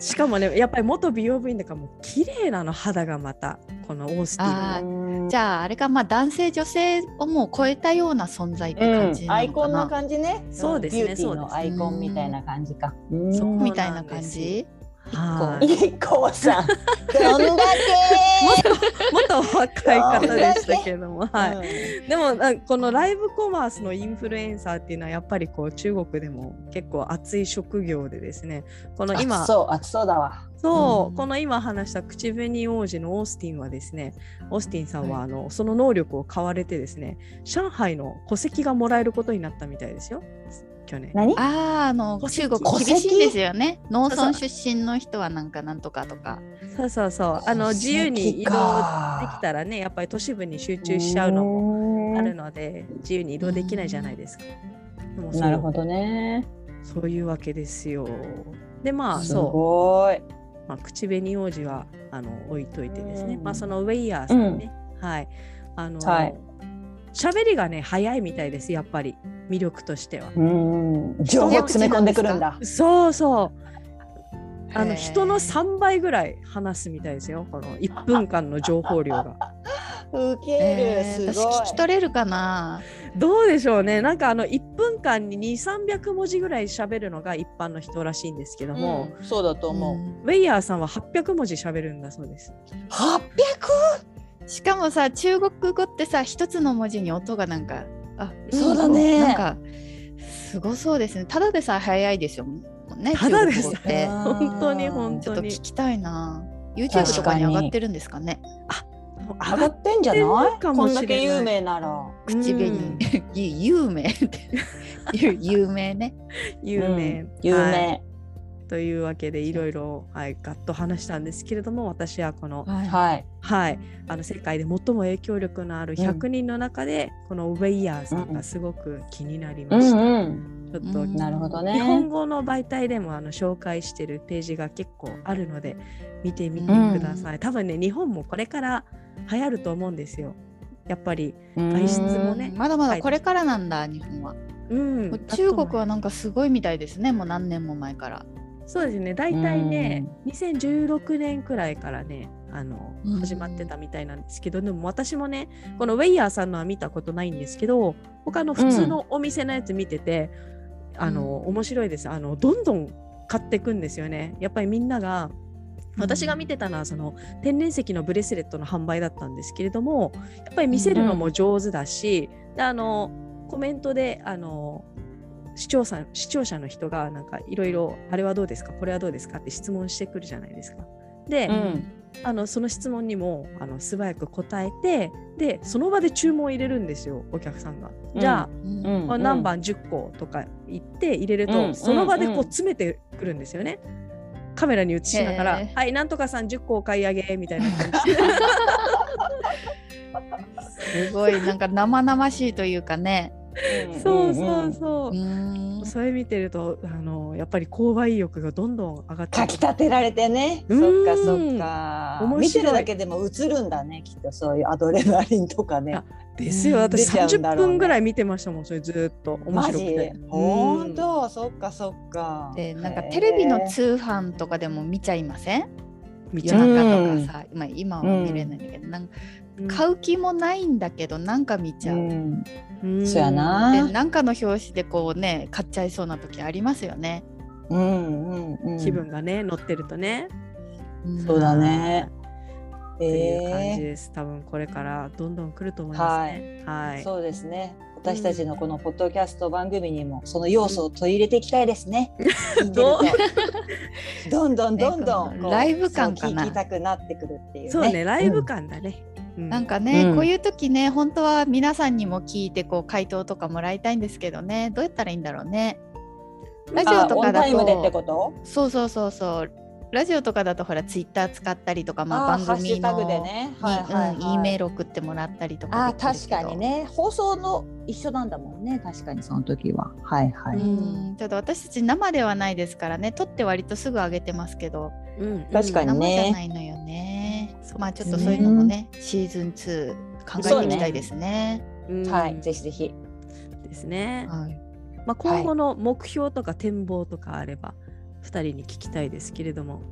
Speaker 1: しかもねやっぱり元美容部員だからもう綺麗なの肌がまたこのオースティンの
Speaker 2: あ
Speaker 3: うん
Speaker 2: じゃああれかまあ男性女性をもう超えたような存在って感じ
Speaker 3: ア
Speaker 2: な
Speaker 3: イ
Speaker 2: の
Speaker 3: コ
Speaker 2: か
Speaker 3: ン
Speaker 2: な、
Speaker 3: の感じね。
Speaker 1: そうですね
Speaker 3: ビューティー
Speaker 1: そうで
Speaker 3: の
Speaker 1: す
Speaker 3: アイコンみたいな感じか。
Speaker 1: そう
Speaker 3: うん
Speaker 1: の
Speaker 2: みたいな感じ。
Speaker 1: はい
Speaker 3: 一個さん。どんだ
Speaker 1: 元若い方でしたけ ども、
Speaker 3: け。
Speaker 1: はい、でもなんかこのライブコマースのインフルエンサーっていうのはやっぱりこう中国でも結構熱い職業でですねこの
Speaker 3: 今
Speaker 1: 今
Speaker 3: そう暑そうだわ。
Speaker 1: そう、
Speaker 2: うん
Speaker 1: この今話した口紅王子のオースティンはですねオースティンさんはあの、その能力を買われてですね上海の戸籍がもらえることになったみたいですよ去年。
Speaker 3: 何？
Speaker 2: あーあの
Speaker 1: 戸籍
Speaker 2: 中国厳しいんですよね農村出身の人はなんかなんとかとか
Speaker 1: そうそうそうあの
Speaker 3: 戸
Speaker 1: 自
Speaker 3: 籍
Speaker 1: 由に移動
Speaker 3: か
Speaker 1: できたらねやっぱり都市部に集中しちゃうのもあるので自由に移動できないじゃないですか。でもそう
Speaker 3: なるほどね。
Speaker 1: そういうわけですよ。でまあ
Speaker 3: す
Speaker 1: そ
Speaker 3: ごい。
Speaker 1: う、まあ、口紅王子はあの置いといてですね、
Speaker 3: うん
Speaker 1: まあそのウェイヤーさんね、はいあの、
Speaker 3: はい
Speaker 1: 喋りがね早いみたいですやっぱり魅力としては。
Speaker 3: うん。情報詰め込んでくるんだ。
Speaker 1: そうそうあの
Speaker 2: へー
Speaker 1: 人の3倍ぐらい話すみたいですよこの1分間の情報量が。
Speaker 3: ウ
Speaker 2: え
Speaker 3: ケ
Speaker 2: ー
Speaker 3: る。す
Speaker 2: 私
Speaker 3: ごい。
Speaker 2: 聞き取れるかな
Speaker 1: どうでしょうねなんかあの1分間に2300文字ぐらい喋るのが一般の人らしいんですけども、
Speaker 3: うんそうだと思う。
Speaker 1: ウェイヤーさんは800文字喋るんだそうです。
Speaker 3: 八百。
Speaker 2: しかもさ中国語ってさ一つの文字に音がなんかあ
Speaker 3: そうだね
Speaker 2: なんかすごそうですねただでさえ早いですよもんね
Speaker 1: ただで
Speaker 2: 中
Speaker 1: さ
Speaker 2: 国語って
Speaker 1: 本当に本
Speaker 2: ちょっ
Speaker 1: 当
Speaker 2: と
Speaker 1: に
Speaker 2: 聞きたいな YouTube とかに上がってるんですかね
Speaker 3: 上がってんじゃない
Speaker 1: るか
Speaker 3: こ
Speaker 1: も
Speaker 3: ん
Speaker 1: しれな
Speaker 3: だ
Speaker 1: い
Speaker 3: け有名なら。
Speaker 2: 口紅、
Speaker 1: うん
Speaker 2: ゆ有名ってゆ有名ね
Speaker 1: 有名、
Speaker 3: うん有
Speaker 1: はい
Speaker 3: 名。
Speaker 1: というわけでいろいろはいガッと話したんですけれども私はこの
Speaker 2: はい
Speaker 3: はい。
Speaker 1: はいあの世界で最も影響力のある100人の中で、このウェイヤーさんがすごく気になり
Speaker 3: う
Speaker 1: ました、
Speaker 3: んうん。
Speaker 1: ちょっと、
Speaker 2: うん
Speaker 3: なるほど
Speaker 1: 日本
Speaker 3: ね。
Speaker 1: 語の媒体でもあの紹介してるページが結構あるので見てみてください、多分ね日本もこれから流行ると思うんですよやっぱり外出もね
Speaker 2: うんまだまだこれからなんだ日本は
Speaker 1: うん
Speaker 2: もう中国は
Speaker 1: あと
Speaker 2: なんかすごいみたいですねもう何年も前から
Speaker 1: そうですね大体ね2016年くらいからねあの
Speaker 2: うん
Speaker 1: 始まってたみたいなんですけど、でも私もねこのウェイヤーさんのは見たことないんですけど他の普通のお店のやつ見てて、あの面白いですあのどんどん買っていくんですよねやっぱりみんなが私が見てたのはその天然石のブレスレットの販売だったんですけれどもやっぱり見せるのも上手だし、であのコメントであの視聴者視聴者の人がなんかいろいろあれはどうですかこれはどうですかって質問してくるじゃないですか。で、
Speaker 3: うん。
Speaker 1: あのその質問にもあの素早く答えてでその場で注文を入れるんですよお客さんが。
Speaker 3: うん
Speaker 1: じゃあ、
Speaker 2: うん
Speaker 3: うん
Speaker 1: この何番10個とか言って入れると、
Speaker 3: うん
Speaker 1: その場で
Speaker 3: う
Speaker 1: こ
Speaker 3: ん
Speaker 1: う詰めてくるんですよね。カメラに映しながら
Speaker 2: へ
Speaker 1: 「
Speaker 2: ー
Speaker 1: はいなんとかさん10個お買い上げ」みたいな 感じ
Speaker 2: すごいなんか生々しいというかね
Speaker 1: そうそうそう
Speaker 2: う。ーん
Speaker 1: それ見てるとあのやっぱり購買意欲がどんどん上がって
Speaker 3: かき立てられてね。
Speaker 1: うん
Speaker 3: そっかそっか。
Speaker 1: 面白い
Speaker 3: 見てるだけでも映るんだね。きっとそういうアドレナリンとかね
Speaker 1: あ。ですよ
Speaker 2: うん
Speaker 1: 私
Speaker 3: 出ちゃうんだ
Speaker 1: 30
Speaker 3: ろうね
Speaker 1: 分ぐらい見てましたもんそれずーっと面
Speaker 3: マ
Speaker 1: 白く
Speaker 3: ジ
Speaker 1: て。
Speaker 3: 本当そっかそっか。
Speaker 2: でなんかテレビの通販とかでも見ちゃいません
Speaker 1: 見ち
Speaker 2: 夜
Speaker 1: ゃう
Speaker 2: 中とかさ、まあ、今は見れないんだけど、なんか買う気もないんだけどなんか見ち
Speaker 3: う
Speaker 2: ゃう、で
Speaker 3: ん。
Speaker 1: うん
Speaker 3: そうやな。
Speaker 2: なんかの表紙でこうね買っちゃいそうな時ありますよね、
Speaker 3: うんうんうん。
Speaker 1: 気分がね乗ってるとね。
Speaker 2: ん
Speaker 3: そうだね。
Speaker 1: っていう感じ
Speaker 3: え
Speaker 1: です、多分これからどんどん来ると思いますね。は
Speaker 3: え。
Speaker 1: い。
Speaker 3: そうですね。私たちのこのポッドキャスト番組にもその要素を取り入れていきたいですね。聞いて
Speaker 1: どう
Speaker 3: るとどんどんどんど
Speaker 2: ね
Speaker 3: ん
Speaker 2: こ
Speaker 3: こ
Speaker 2: の
Speaker 3: う
Speaker 2: ライブ感かな
Speaker 3: そう聞きたくなってくるっていうね。
Speaker 1: そうねライブ感だね。うん
Speaker 2: なんかね、
Speaker 3: うん
Speaker 2: こういう時ね本当は皆さんにも聞いてこう回答とかもらいたいんですけどねどうやったらいいんだろうねラジオ
Speaker 3: あ
Speaker 2: と
Speaker 3: オ
Speaker 2: か
Speaker 3: ン
Speaker 2: だ
Speaker 3: タイムでって
Speaker 2: と
Speaker 3: こと？
Speaker 2: そうそうそうそうラジオとかだとほらツイッター使ったりとか、まあ、
Speaker 3: あー
Speaker 2: 番組
Speaker 3: ハッシュタグで
Speaker 2: の
Speaker 3: ね。はいはいはい。
Speaker 2: にうん E メール送ってもらったりとか
Speaker 3: あ
Speaker 2: できる
Speaker 3: 確
Speaker 2: けど
Speaker 3: かにね放送の一緒なんだもんね確かにその時ははいはい、
Speaker 2: うんただ私たち生ではないですからね撮って割とすぐ上げてますけど
Speaker 1: うん
Speaker 3: 確かに
Speaker 2: 生じ
Speaker 3: ね
Speaker 2: ゃないのよね
Speaker 1: そう
Speaker 2: まあちょっとそういうのもねシーズン2考えていきたいですね
Speaker 1: うん
Speaker 3: はいぜひぜひ
Speaker 1: ですね。
Speaker 2: はい
Speaker 1: まあ今後の目標とか展望とかあれば二人に聞きたいですけれども。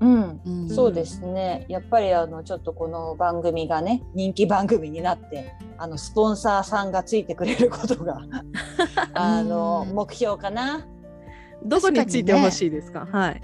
Speaker 3: うん
Speaker 2: うん
Speaker 3: そうですねやっぱりあのちょっとこの番組がね人気番組になってあのスポンサーさんがついてくれることが あの
Speaker 2: うん
Speaker 3: 目標かな
Speaker 1: どこについてほしいですか。はい。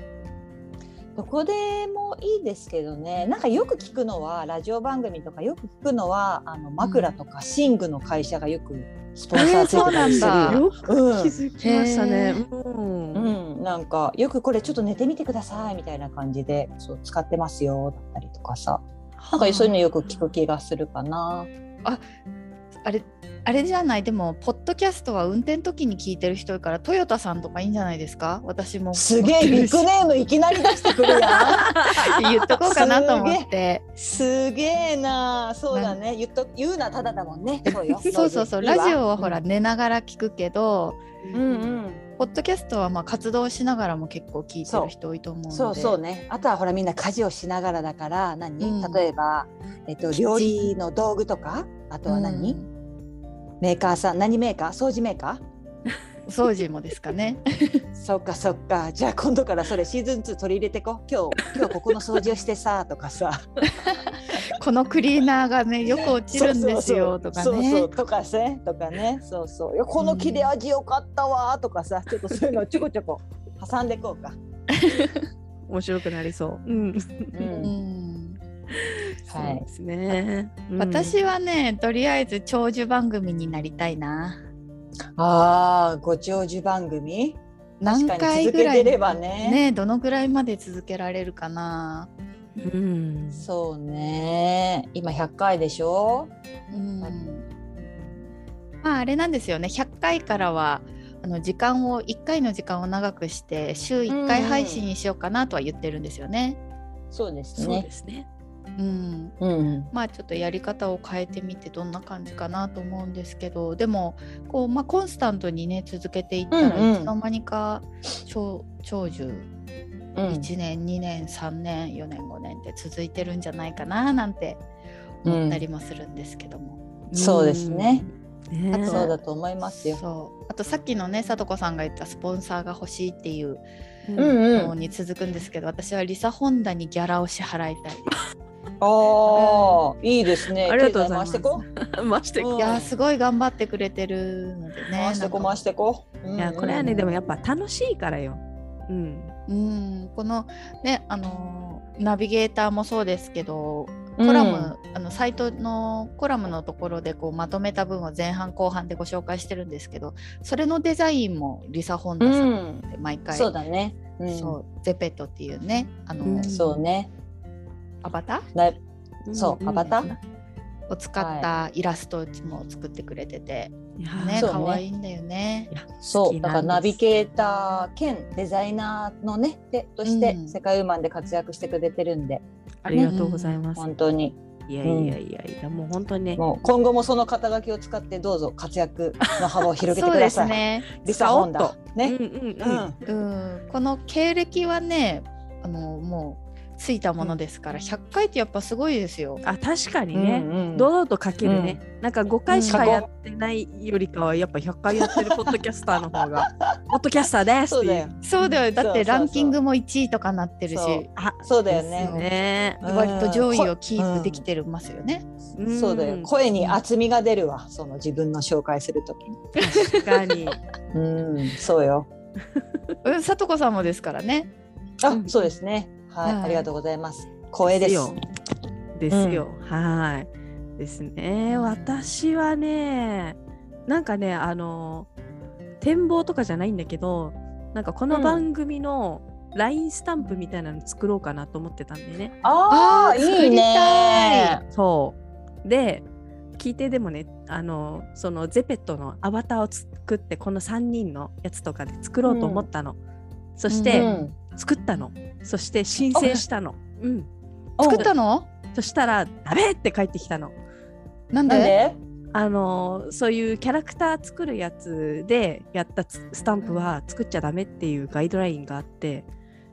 Speaker 3: どこでもいいですけどねなんかよく聞くのはラジオ番組とかよく聞くのはあの枕とか寝具の会社がよくスポンサーついてたりする
Speaker 2: あえーそうなんだ
Speaker 3: よ
Speaker 1: よく気づきましたね。うん
Speaker 3: うん、なんかよくこれちょっと寝てみてくださいみたいな感じでそう使ってますよだったりとかさなんかそういうのよく聞く気がするかな。
Speaker 2: あれあれじゃないでもポッドキャストは運転時に聞いてる人いるからトヨタさんとかいいんじゃないですか私も
Speaker 3: す げえビッグネームいきなり出してくるやん。
Speaker 2: 言っとこうかなと思って
Speaker 3: すげえなそうだね言っと言うなただだもん ね。そうよ
Speaker 2: そうそうそうラジオはほら
Speaker 3: うん
Speaker 2: 寝ながら聞くけど、
Speaker 3: うん
Speaker 2: ポッドキャストはまあ活動しながらも結構聞いてる人多いと思うの
Speaker 3: うん、
Speaker 2: で
Speaker 3: そうそうねあとはほらみんな家事をしながらだから何、
Speaker 2: うん
Speaker 3: 例えば、えっと、料理の道具とかあとは何、
Speaker 2: うん
Speaker 3: メーカーさん何メーカー掃除メーカー
Speaker 2: 掃除もですかね
Speaker 3: そっかそっかじゃあ今度からそれシーズン2取り入れてこ今日今日ここの掃除をしてさとかさ
Speaker 2: このクリーナー がねよく落ちるんですよとかね
Speaker 3: そうそうそうとかねとかねそうそういやこの切れ味よかったわとかさちょっとそういうのをちょこちょこ挟んでこうか、
Speaker 1: 面白くなりそう。うん。
Speaker 3: う、
Speaker 2: うんん
Speaker 1: そ
Speaker 3: は
Speaker 1: う
Speaker 3: い
Speaker 1: ですね。うん
Speaker 2: 私はねとりあえず長寿番組になりたいな
Speaker 3: あーご長寿番組
Speaker 2: 何
Speaker 3: 確かに
Speaker 2: 回
Speaker 3: 続
Speaker 2: ぐ
Speaker 3: け
Speaker 2: ら
Speaker 3: て
Speaker 2: い
Speaker 3: ればね
Speaker 2: ねどのぐらいまで続けられるかな、
Speaker 1: うん。
Speaker 3: そうね今100回でしょ
Speaker 2: うん、まああれなんですよね100回からはあの時間を1回の時間を長くして週1回配信にしようかなとは言ってるんですよね。
Speaker 3: そうです
Speaker 1: そう
Speaker 3: ね
Speaker 1: ですね。
Speaker 2: うん、
Speaker 3: うん
Speaker 2: まあちょっとやり方を変えてみてどんな感じかなと思うんですけどでもこう、まあ、コンスタントにね続けていったら
Speaker 3: うんうん
Speaker 2: いつの間にか長長寿
Speaker 3: うん
Speaker 2: 1年2年3年4年5年って続いてるんじゃないかななんて思ったりもするんですけども、
Speaker 3: そうですね
Speaker 1: うん。ね
Speaker 2: あと
Speaker 3: そうだと思いますよ
Speaker 2: そうあとさっきのねさとこさんが言ったスポンサーが欲しいっていう
Speaker 1: うん。
Speaker 2: のに続くんですけど、私はリサホンダにギャラを支払いたいです。
Speaker 3: ああ、いいですね。
Speaker 1: ありがとうございます
Speaker 3: 経済回してこ
Speaker 1: まして
Speaker 3: うん
Speaker 2: いやーすごい頑張ってくれてるのでね。
Speaker 3: 回してこ、
Speaker 2: なんか
Speaker 3: 回してこ。
Speaker 1: いやこれはねでもやっぱ楽しいからよ。うん。
Speaker 2: うん、このね、あのーナビゲーターもそうですけど、
Speaker 3: コ
Speaker 2: コラム、あのサイトのコラムのところでこうまとめた分を前半後半でご紹介してるんですけど、それのデザインもリサ・ホンダさんって毎回、
Speaker 3: そうだね。うん
Speaker 2: そうゼペットっていうね、あのー
Speaker 1: うん
Speaker 3: そうね。
Speaker 2: アバタ
Speaker 3: な
Speaker 1: ん
Speaker 3: そ
Speaker 1: ん
Speaker 3: うアバター。
Speaker 2: ーを使ったイラストも作ってくれてて、
Speaker 1: いやー
Speaker 2: ね、
Speaker 3: そうね
Speaker 2: 可愛、いんだよね。
Speaker 1: 好
Speaker 3: そ
Speaker 1: きなんです
Speaker 3: うだからナビゲーター兼デザイナーのねでとして
Speaker 2: うん
Speaker 3: 世界ウーマンで活躍してくれてるんで
Speaker 1: ありがとうございます。
Speaker 3: 本当に
Speaker 1: いやいやいやいや、もう本当にね、
Speaker 3: もう今後もその肩書きを使ってどうぞ活躍の幅を広げ
Speaker 2: そ
Speaker 3: て
Speaker 2: う
Speaker 3: く
Speaker 2: で
Speaker 3: ださ
Speaker 2: す
Speaker 3: い。
Speaker 2: ね。
Speaker 3: リサホンダ
Speaker 1: うん
Speaker 3: ね。
Speaker 1: うん
Speaker 3: う
Speaker 1: うん
Speaker 3: ん。
Speaker 2: うん、この経歴はね、あのもうついたものですから、100回ってやっぱすごいですよ。
Speaker 1: あ確かに
Speaker 3: うん
Speaker 1: ね、
Speaker 3: うん
Speaker 1: 堂々と書けるね、なんか5回し
Speaker 3: う
Speaker 1: か
Speaker 3: ん
Speaker 1: やってないよりかはやっぱ100回やってるポッドキャスターの方 が「ポッドキャスターです」っ
Speaker 3: そう
Speaker 1: て
Speaker 3: だ
Speaker 1: い
Speaker 3: よ
Speaker 1: う。
Speaker 2: そうだよ。だっ
Speaker 3: そうそうそう
Speaker 2: てランキングも1位とかなってる
Speaker 3: そう
Speaker 2: し、
Speaker 1: あ
Speaker 3: そうだよ
Speaker 1: です
Speaker 3: ね。
Speaker 1: ね。
Speaker 3: うん
Speaker 2: 割と上位をキープできてますよね。
Speaker 1: うん
Speaker 3: そうだよ。声に厚みが出るわ。その自分の紹介するときに。
Speaker 1: 確か に。
Speaker 3: うん、そうよ。
Speaker 2: うん、さとこさんもですからね。
Speaker 3: あ
Speaker 1: う、ん
Speaker 3: そうですね。はい、
Speaker 2: はい
Speaker 3: ありがとうございます。光栄です。
Speaker 1: よ。ですよ。はい。ですね。私はね、なんかね、あの、展望とかじゃないんだけど、なんかこの番組の LINE スタンプみたいなの作ろうかなと思ってたんでね。
Speaker 3: ああ、
Speaker 2: あー作
Speaker 3: いい
Speaker 2: りた
Speaker 3: ね。
Speaker 1: そう。で、聞いてでもね、あの、そのゼペットのアバターを作って、この3人のやつとかで作ろうと思ったの。そして、
Speaker 3: うん
Speaker 1: 作ったの。そして申請したの。うん。
Speaker 2: 作ったの？
Speaker 1: そしたら、ダメって帰ってきたの。
Speaker 2: なん
Speaker 3: なん
Speaker 2: で？
Speaker 3: で？
Speaker 1: あのーそういうキャラクター作るやつでやったつスタンプは作っちゃダメっていうガイドラインがあって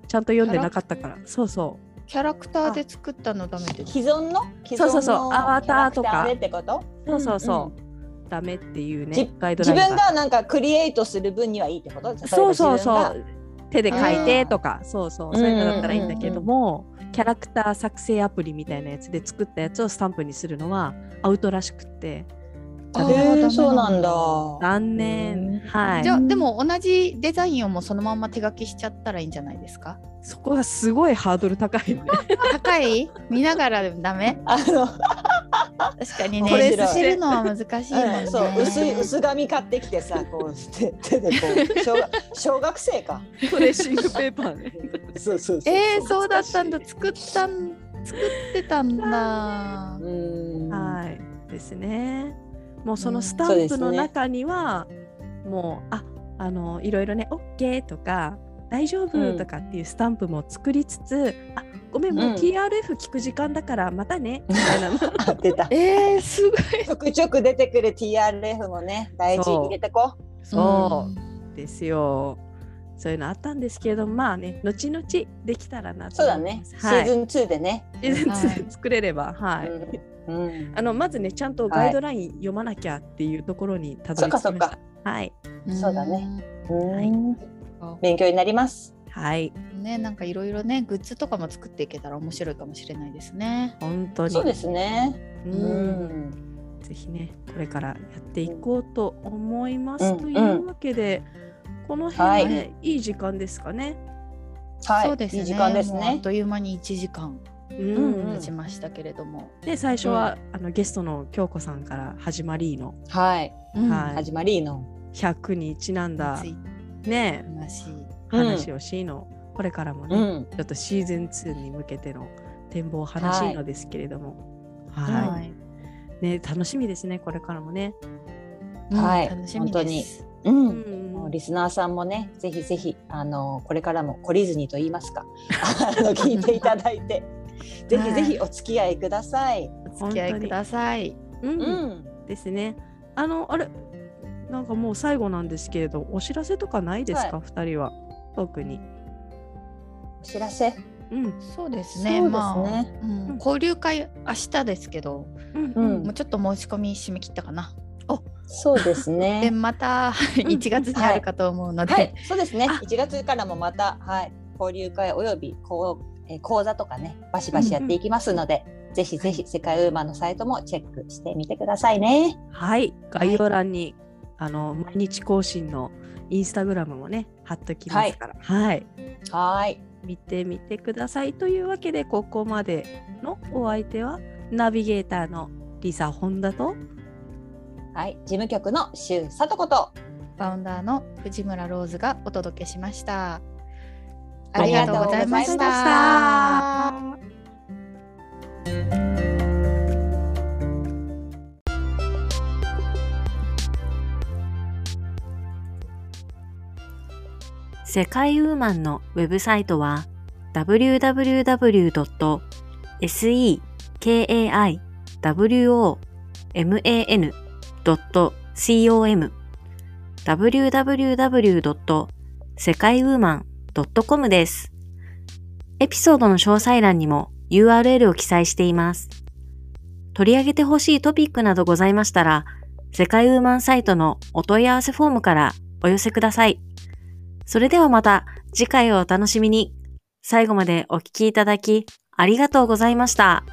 Speaker 1: ちゃんと読んでなかったからそうそ
Speaker 2: キャラクターで作ったのダメです。
Speaker 3: 既存の既存
Speaker 1: そ
Speaker 3: の
Speaker 1: うそうそうアバターとか
Speaker 3: キャラクターでってこと？
Speaker 1: うそうそうそう、ダメっていうね
Speaker 3: じ
Speaker 1: ガイドラ
Speaker 3: 自
Speaker 1: イン
Speaker 3: 分がなんかクリエイトする分にはいいってこと
Speaker 1: そうそう
Speaker 3: 例え
Speaker 1: そ
Speaker 3: ば自
Speaker 1: う手で書いてとかそうそうそういうのだったらいいんだけども、キャラクター作成アプリみたいなやつで作ったやつをスタンプにするのはアウトらしくって
Speaker 2: あ
Speaker 3: 分が
Speaker 2: ー
Speaker 3: へーそうなんだ。
Speaker 1: 残念はい
Speaker 2: じゃあでも同じデザインをもうそのまんま手書きしちゃったらいいんじゃないです か
Speaker 1: そこがすごいハードル高いよね
Speaker 2: 高い見ながらでもダメ
Speaker 3: あの、
Speaker 2: 確かに
Speaker 3: これ
Speaker 2: ね捨てるのは難しいもんね、
Speaker 3: うんそう薄い薄紙買ってきてさこう手手でこう小 学小学生か。
Speaker 1: トレーシングペーパーね
Speaker 3: そうそうそう。
Speaker 2: えー、そうだったんだ作ったん作ってた んだ
Speaker 3: うー ん。
Speaker 1: はい、ですね。もうそのスタ
Speaker 3: そう
Speaker 1: ン
Speaker 3: で
Speaker 1: プ
Speaker 3: す
Speaker 1: の
Speaker 3: ね
Speaker 1: 中には、もうああのいろいろね「OK」とか「大丈
Speaker 3: う
Speaker 1: 夫」
Speaker 3: ん
Speaker 1: とかっていうスタンプも作りつつ「あごめんもううん TRF 聞く時間だからまた ね」みたいなの
Speaker 3: あ出た。
Speaker 2: えー、すごい
Speaker 3: ちょくちょく出てくる T.R.F. もね大事に入れてこう。
Speaker 1: そうですよ。そういうのあったんですけれどもまあね後々できたらなと
Speaker 3: そうだ
Speaker 1: 思い
Speaker 3: ね
Speaker 1: ま。す
Speaker 3: シ
Speaker 1: は
Speaker 3: ー
Speaker 1: い
Speaker 3: ズン2でね。
Speaker 1: シーズン2
Speaker 2: は
Speaker 1: で作れればはい。
Speaker 3: うんうん
Speaker 1: あのまずねちゃんとガイドライン読まなきゃっていうところにたど
Speaker 3: そ
Speaker 1: り
Speaker 3: っ
Speaker 1: 着
Speaker 3: か
Speaker 1: きまし
Speaker 3: そっか
Speaker 1: た。はい
Speaker 3: そうだねうん
Speaker 2: はい
Speaker 3: 勉強になります。
Speaker 1: はい
Speaker 2: ねなんかいろいろねグッズとかも作っていけたら面白いかもしれないですね
Speaker 1: 本当に
Speaker 3: そうですね。
Speaker 1: うん。ぜひねこれからやっていこうと思います、
Speaker 3: うん
Speaker 1: というわけで、この辺で、いい時間ですかね。
Speaker 3: はい。
Speaker 2: そうですね
Speaker 3: いい時間です
Speaker 2: もうあっ
Speaker 3: ね。
Speaker 2: という間に1時間
Speaker 1: うん
Speaker 3: うん
Speaker 2: 経ちましたけれども、
Speaker 1: で最初は、あのゲストの京子さんから始まりの
Speaker 3: はい。
Speaker 2: うん
Speaker 1: はい
Speaker 3: 始まりの。
Speaker 1: 100にちなんだ
Speaker 2: 熱い
Speaker 1: ね
Speaker 2: 話
Speaker 3: うん
Speaker 1: 話をしいの、これからもね、
Speaker 3: うん。
Speaker 1: ちょっとシーズン2に向けての展望を話しいのですけれども、はい
Speaker 2: はい
Speaker 1: ね楽しみですねこれからもね。
Speaker 2: うん
Speaker 3: はい
Speaker 2: 楽しみです。
Speaker 3: うん。
Speaker 1: うん
Speaker 3: リスナーさんもね、ぜひぜひ、あの、これからも懲りずにと言いますか。あの、聞いていただいて。ぜひぜひお付き合いください。
Speaker 2: お付き合いください。
Speaker 1: うん
Speaker 3: うん。
Speaker 1: ですね。あのあれなんかもう最後なんですけれどお知らせとかないですか、二人は特に。
Speaker 3: お知らせ。
Speaker 1: うん
Speaker 2: そうです
Speaker 3: そうで
Speaker 2: ね。
Speaker 3: すね
Speaker 2: まあ、う
Speaker 1: うん
Speaker 2: ん、交流会明日ですけど、
Speaker 1: うん
Speaker 3: うん
Speaker 2: もうちょっと申し込み締め切ったかな。
Speaker 3: そうです
Speaker 2: で、
Speaker 3: ね。
Speaker 2: また1月にあるかと思うので、
Speaker 3: はい、そうですね
Speaker 1: あ。
Speaker 3: 1月からもまた、はい、交流会および、こう、えー講座とかね、バシバシやっていきますので。ぜひぜひ、世界ウーマンのサイトもチェックしてみてくださいね。
Speaker 1: はい概要欄に、あの毎日更新のインスタグラムもね貼っときますから、はい、
Speaker 3: はい。
Speaker 1: 見てみてくださいというわけでここまでのお相手はナビゲーターのリサ本田と
Speaker 3: はい、事務局のしゅうさとこと。
Speaker 2: ファウンダーの藤村ローズがお届けしました。
Speaker 3: あ
Speaker 2: あ
Speaker 3: り
Speaker 2: り
Speaker 3: が
Speaker 2: が
Speaker 3: と
Speaker 2: と
Speaker 3: うご
Speaker 2: うご
Speaker 3: ざ
Speaker 2: ざ
Speaker 3: い
Speaker 2: い
Speaker 3: ま
Speaker 2: ま
Speaker 3: した
Speaker 2: した。
Speaker 5: 世界ウーマンのウェブサイトは www.sekaiwman.com kaiwoman.com www.世界ウーマン.com です。エピソードの詳細欄にも URL を記載しています。取り上げてほしいトピックなどございましたら、世界ウーマンサイトのお問い合わせフォームからお寄せください。それではまた次回をお楽しみに。最後までお聞きいただきありがとうございました。